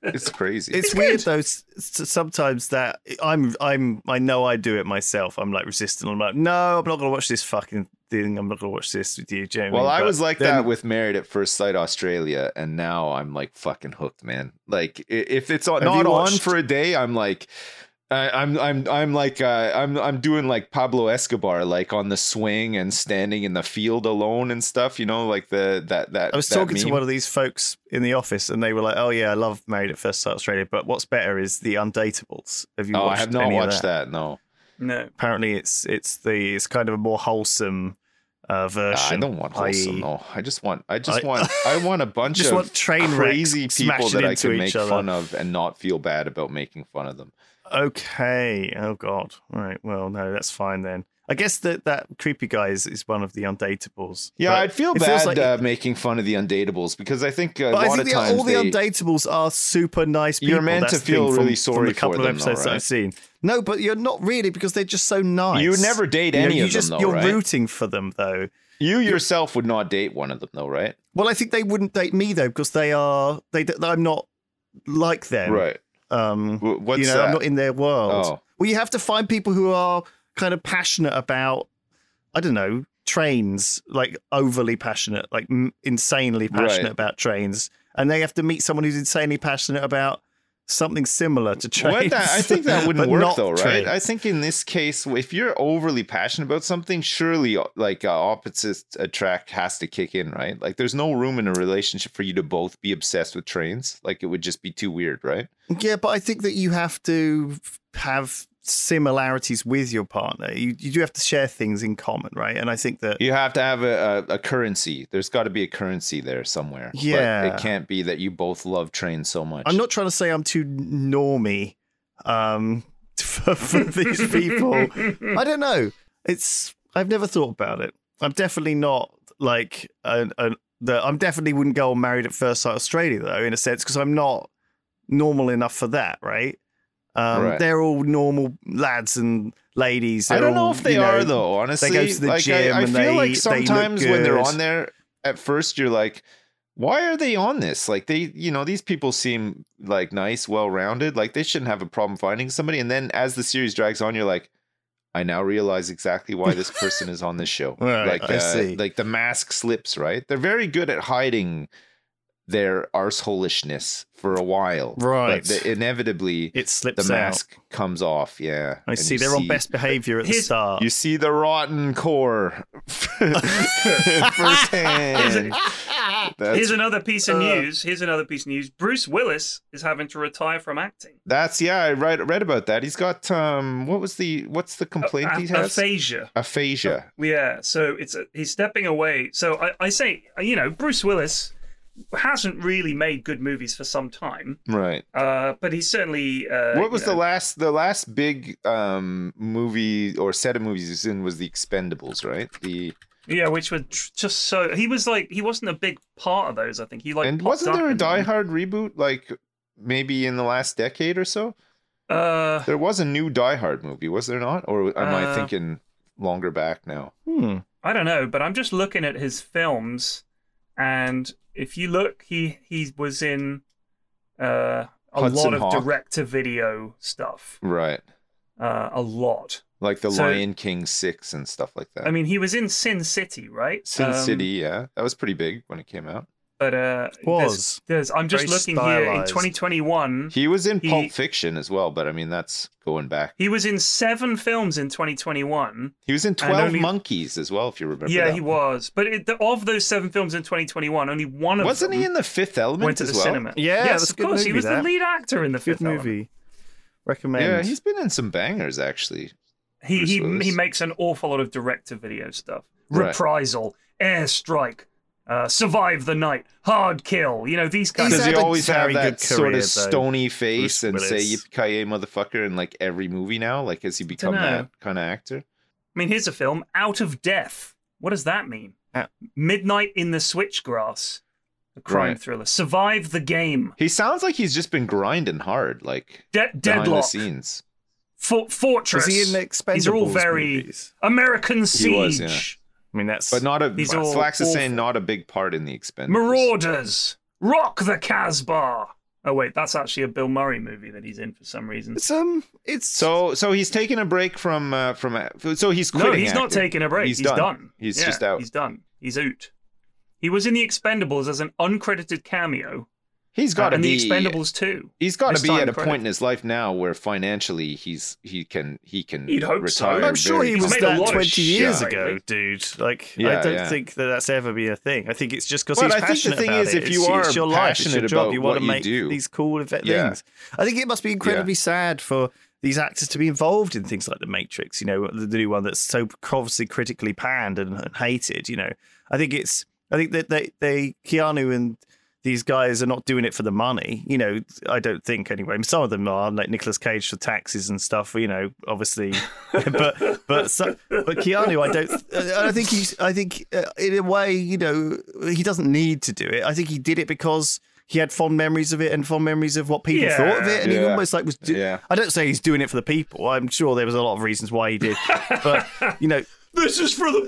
it's crazy.
it's
It's
weird
good.
though. s- s- Sometimes that I'm I'm I know I do it myself. I'm like resistant. I'm like, no, I'm not gonna watch this fucking thing. I'm not gonna watch this with you, Jamie.
well, I
But
was like
then-
that with Married at First Sight Australia, and now I'm like fucking hooked, man. Like i- if it's on,
Have you
not on
watched-
for a day, I'm like. I- I'm I'm I'm like uh, I'm I'm doing like Pablo Escobar like on the swing and standing in the field alone and stuff you know like the that that
I was
that
talking to
meme.
one of these folks in the office, and they were like, "Oh yeah, I love Married at First Sight Australia, but what's better is the Undateables." Have you?
oh
watched
I have not
any of
watched that, no
no.
Apparently, it's it's the it's kind of a more wholesome uh,
Ah, I
version. e.
don't want
i.e.
wholesome no I just want I just
I-
want I want a bunch
Just
of
want train
crazy
wrecks
people
smashing
that I
into
can
each
make
other.
fun of and not feel bad about making fun of them.
Okay. Oh God. All right. Well, no, that's fine then. I guess that that creepy guy is, is one of the undateables.
Yeah,
But
I'd feel
it feels
bad
like-
uh, making fun of the undateables because I think uh, a
but
lot
I think
of
the,
times
all the
they-
undateables are super nice people.
You're meant
That's
to
the thing
feel
from-
really
from
sorry
the
for
couple of
them, though,
episodes that
right?
I've seen. No, but you're not really because they're just so nice.
you never date
You know,
any
you
of
just
them though,
you're
right?
rooting for them though.
you yourself would not date one of them though, right?
Well, I think they wouldn't date me though because they are they. d- I'm not like them. Um.
Wh- What's
you know,
that?
I'm not in their world.
Oh.
Well, you have to find people who are kind of passionate about, I don't know, trains, like overly passionate, like m- insanely passionate
Right.
about trains, and they have to meet someone who's insanely passionate about something similar to trains.
What that, I think that
but
wouldn't work
not
though, right?
trains.
I think in this case, if you're overly passionate about something, surely like uh, opposites attract has to kick in, right? Like, there's no room in a relationship for you to both be obsessed with trains. Like, it would just be too weird, right?
yeah, but I think that you have to f- have similarities with your partner. You you do have to share things in common, right? And I think that
You have to have a, a, a currency. There's got to be a currency there somewhere.
Yeah.
But it can't be that you both love trains so much.
I'm not trying to say I'm too normy um, for, for these people. I don't know. It's I've never thought about it. I'm definitely not like an, an, the, I'm definitely wouldn't go on Married at First Sight Australia though, in a sense, because I'm not normal enough for that, right? Um,
Right.
They're all normal lads and ladies.
I
They're
don't know
all,
if they
you
are though. Honestly,
to the
like
gym
I, I
and
feel
they-
like
they look
sometimes when they're
good.
on there, at first you're like, why are they on this? Like they, you know, these people seem like nice, well-rounded. Like they shouldn't have a problem finding somebody. And then as the series drags on, you're like. I now realize exactly why this person is on this show.
Right,
like, uh,
I see.
like the mask slips, right? They're very good at hiding their arseholishness for a while,
Right.
But the, inevitably,
It
the
slips out.
mask comes off. Yeah,
I
and
see.
you
They're on best behavior at the
Here's-
start.
you see the rotten core firsthand.
Here's
That's,
another piece of
Uh.
news. Here's another piece of news. Bruce Willis is having to retire from acting.
that's yeah. I read read about that. He's got um. What was the what's the complaint
A-
he has?
aphasia.
Aphasia.
Yeah, so it's a, he's stepping away. So I, I say, you know, Bruce Willis hasn't really made good movies for some time,
Right.
uh, but he's certainly. Uh,
what was
you
the
know-
last the last big um movie or set of movies he's in was the Expendables, right? The
Yeah, which was tr- just so he was like he wasn't a big part of those. I think he like.
and
popped
wasn't
up
there a
in-
Die Hard reboot like maybe in the last decade or so?
Uh,
There was a new Die Hard movie, was there not? Or am I
Uh,
thinking longer back now?
Hmm.
I don't know, but I'm just looking at his films, and if you look, he he was in uh, a
Hudson
lot of
Hawk.
direct-to-video stuff.
Right.
Uh, a lot.
Like the
So-
Lion King six and stuff like that.
I mean, he was in Sin City, right?
Sin
Um,
City, yeah, that was pretty big when it came out.
But uh,
Was.
there's, there's I'm just
Very
looking here in
stylized.
2021. He,
He was in
He-
Pulp Fiction as well, but I mean that's going back.
was in seven films in 2021.
He was in
And
Twelve
only-
Monkeys as well, if you remember.
yeah,
that
he
one.
was. But it, the, of those seven films in 2021, only one of
Wasn't
them
he in The Fifth Element
went to the
as well?
cinema.
Yeah,
yes,
that's a
of
good
course. he
movie,
was the
that.
lead actor in the fifth
Good
Element.
movie. Recommend.
Yeah, he's been in some bangers actually.
He
Bruce
he,
Willis.
he makes an awful lot of direct-to-video stuff.
Right.
Reprisal, airstrike, uh, survive the night, hard kill. You know these kinds.
He's
Does
of
he
had a
always have
very
that
good
sort
career,
of
though,
stony face
Bruce
and say
Willis.
"yippee motherfucker" in like every movie now? Like, has he become
Dunno.
that kind of actor?
I mean, here's a film, Out of Death. What does that mean?
Uh,
Midnight in the Switchgrass, a crime
Right.
thriller. Survive the game.
He sounds like he's just been grinding hard, like
De-
behind the
deadlock.
scenes.
For- Fortress.
Was he in the Expendables?
These are all very
movies?
American
He
Siege.
was, yeah.
I mean, that's.
But not a.
These are all
Flax is saying
awful.
not a big part in the expense.
Marauders. Rock the Casbah. Oh wait, that's actually a Bill Murray movie that he's in for some reason.
It's um. It's
So, so he's taking a break from uh, from. uh, So he's
No,
quitting.
he's not
acting.
taking a break. He's, done.
He's
Yeah,
just out.
He's done. He's out. He was in the Expendables as an uncredited cameo,
he's got to
and
be.
the Expendables too.
He's got to
This
be
time
at a
credit.
point in his life now where financially he's he can he can
You'd hope so.
retire.
I'm sure he
very
He's
was
made a
that
lot of
20 years
shit.
ago, dude. Like,
Yeah,
I don't
yeah.
think that that's ever been a thing. I think it's just because
Well,
he's
I think the
passionate
thing
about
is,
it.
if you
it's,
are
it's your life, it's your
passionate
job.
about
You want
what
to
you
make
do.
these cool event
Yeah.
things. I think it must be incredibly sad for these actors to be involved in things like The Matrix. You know, the, the new one that's so obviously critically panned and, and hated. You know, I think it's. I think that they, they Keanu and these guys are not doing it for the money. You know, I don't think anyway. Some of them are, like Nicolas Cage for taxes and stuff. You know, obviously, but but so, but Keanu, I don't. I don't think he's. I think uh, in a way, you know, he doesn't need to do it. I think he did it because he had fond memories of it and fond memories of what people
Yeah.
thought of it, and he
Yeah.
almost like was. Do-
Yeah.
I don't say he's doing it for the people. I'm sure there was a lot of reasons why he did, but you know,
This is for the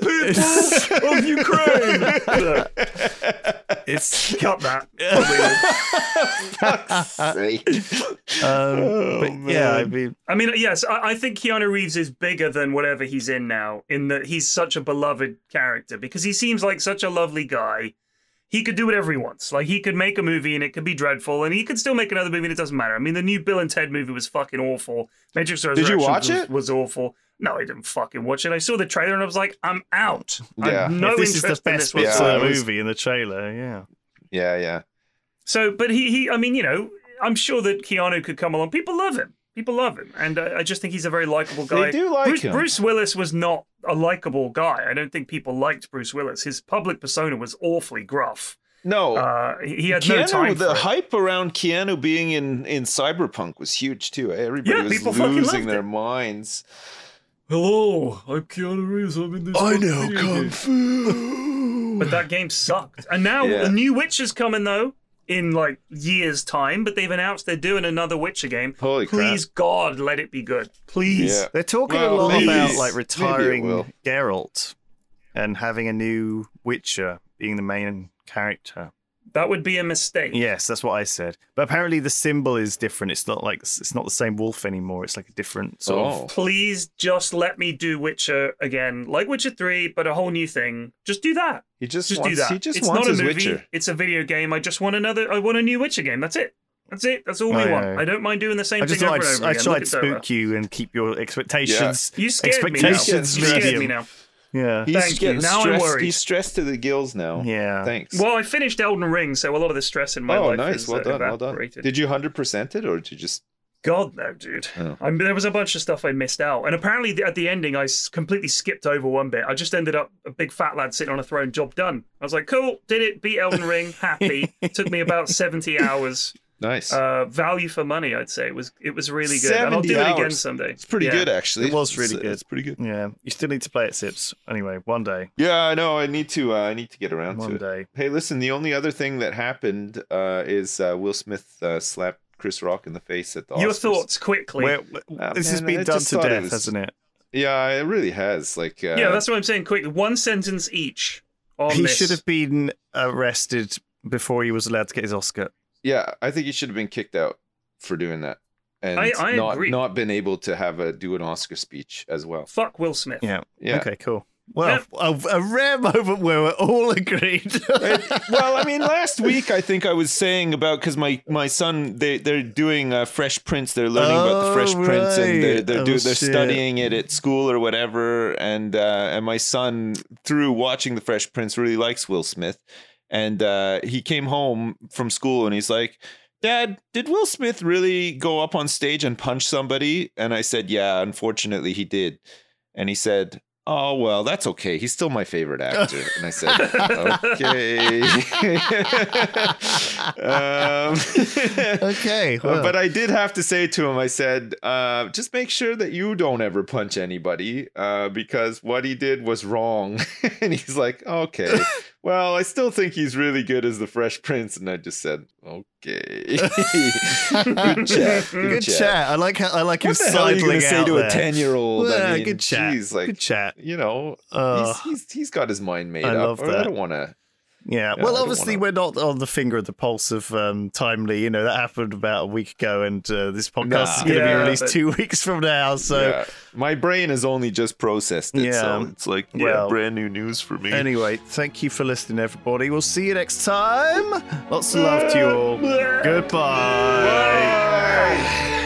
people of Ukraine. Look,
it's.
Cut that.
Um,
Oh,
but yeah, I mean,
I mean, yes, I, I think Keanu Reeves is bigger than whatever he's in now, in that he's such a beloved character because he seems like such a lovely guy. He could do whatever he wants. Like, he could make a movie and it could be dreadful, and he could still make another movie and it doesn't matter. I mean, the new Bill and Ted movie was fucking awful. Matrix
you
Resurrections
watch
was,
it?
was awful. No, I didn't fucking watch it. I saw the trailer and I was like, I'm out.
Yeah.
I'm no
if this is
interest
the
in
best
this
bit
one's
of
whatsoever.
Yeah,
the
it was-
movie in the trailer. Yeah,
yeah, yeah.
So, but he, he, I mean, you know, I'm sure that Keanu could come along. People love him. People love him, and I, I just think he's a very likable guy.
They do like
Bruce,
him.
Bruce Willis was not a likable guy. I don't think people liked Bruce Willis. His public persona was awfully gruff.
No,
Uh, he he had no
Keanu.
time
the
for it.
hype around Keanu being in in Cyberpunk was huge too. eh? Everybody
Yeah,
was
people fucking
losing
loved
their
it.
minds.
Hello, I'm Keanu Reeves. I'm in this.
fu.
But that game sucked. And now
Yeah.
a new Witch is coming though in like years time. But they've announced they're doing another Witcher game.
Holy crap.
Please, God, let it be good. Please.
Yeah.
they're talking
Well,
a lot
maybe-
about like
maybe it will.
retiring Geralt and having a new Witcher being the main character.
That would be a mistake.
Yes, that's what I said. But apparently the symbol is different. It's not like it's not the same wolf anymore. It's like a different sort
Oh,
of.
please just let me do Witcher again, like Witcher 3, but a whole new thing. Just do that.
he just,
Just
wants,
do that.
He just
it's
wants
not a
his
movie.
Witcher.
It's a video game. I just want another. I want a new Witcher game. That's it. That's it. That's all we
Oh, yeah,
want.
yeah.
I don't mind doing the same
I just
thing
thought
over
I'd,
and over
I
again. Look,
tried to
it's over.
spook you and keep your expectations.
You scared me now. You
expectations
scared me
medium.
now.
Yeah.
He's
Thank you.
getting
Now I'm
stressed.
worried.
He's stressed to the gills now.
Yeah.
Thanks.
Well, I finished Elden Ring, so a lot of the stress in my
oh,
life
nice.
is
Well
uh,
done. Well done.
evaporated.
Did you hundred percent it, or did you just?
God, no, dude.
Oh.
I mean, there was a bunch of stuff I missed out. And apparently, th- at the ending, I s- completely skipped over one bit. I just ended up a big fat lad sitting on a throne, job done. I was like, cool, did it, beat Elden Ring, happy. Took me about 70 hours.
Nice.
Uh, value for money, I'd say. It was it was really good. And I'll
70
do it again
hours.
someday.
it's pretty
Yeah.
good, actually.
It was really
It's- uh,
good.
It's pretty good.
Yeah. You still need to play it, Sips. Anyway, one day.
Yeah, I know. I need to. Uh, I need to get around to
One
it.
day.
Hey, listen. The only other thing that happened uh, is uh, Will Smith uh, slapped Chris Rock in the face at the
Your
Oscars. Um,
thoughts quickly.
Where, this has
man, I
been done
just
to
thought it
death,
was-
hasn't it?
Yeah, it really has. Like, uh,
yeah, that's what I'm saying. Quickly, one sentence each. On
He
this.
should have been arrested before he was allowed to get his Oscar.
yeah. I think he should have been kicked out for doing that, and
I- I
not
agree.
not been able to have a do an Oscar speech as well.
Fuck Will Smith.
Yeah.
Yeah.
Okay, cool. Well, a, a rare moment where we're all agreed.
well, I mean, last week I think I was saying about because my my son they they're doing uh, Fresh Prince. They're learning about the
Oh,
Fresh Prince and they're
right.
they're,
Oh,
do, they're
shit.
studying it at school or whatever. And uh, and my son through watching the Fresh Prince really likes Will Smith. And uh, he came home from school and he's like, Dad, did Will Smith really go up on stage and punch somebody? And I said, Yeah, unfortunately he did. And he said, Oh, well, that's okay. He's still my favorite actor. And I said, Okay. um,
okay,
uh,
well,
but I did have to say to him, I said, uh, just make sure that you don't ever punch anybody uh, because what he did was wrong. and he's like, okay. well, I still think he's really good as the Fresh Prince. And I just said, okay. good chat. Good,
good chat. I like how I like him
What the hell are you
sidling
going to say
out
to
there.
a 10 year old?
Well,
I mean,
good chat.
Geez, like,
good chat.
you know,
Uh,
he's, he's, he's got his mind made
I
up.
love
or I
that.
don't want
Yeah.
to. Yeah, I
well,
don't
obviously, we're not on the finger of the pulse of um, timely. You know, that happened about a week ago, and uh, this podcast is
Nah.
going to
Yeah,
be released
but-
two weeks from now. So,
yeah. My brain has only just processed it. So
Yeah.
it's like
Well,
brand new news for me.
anyway, thank you for listening, everybody. We'll see you next time. Lots of love to you all. Goodbye.
Bye.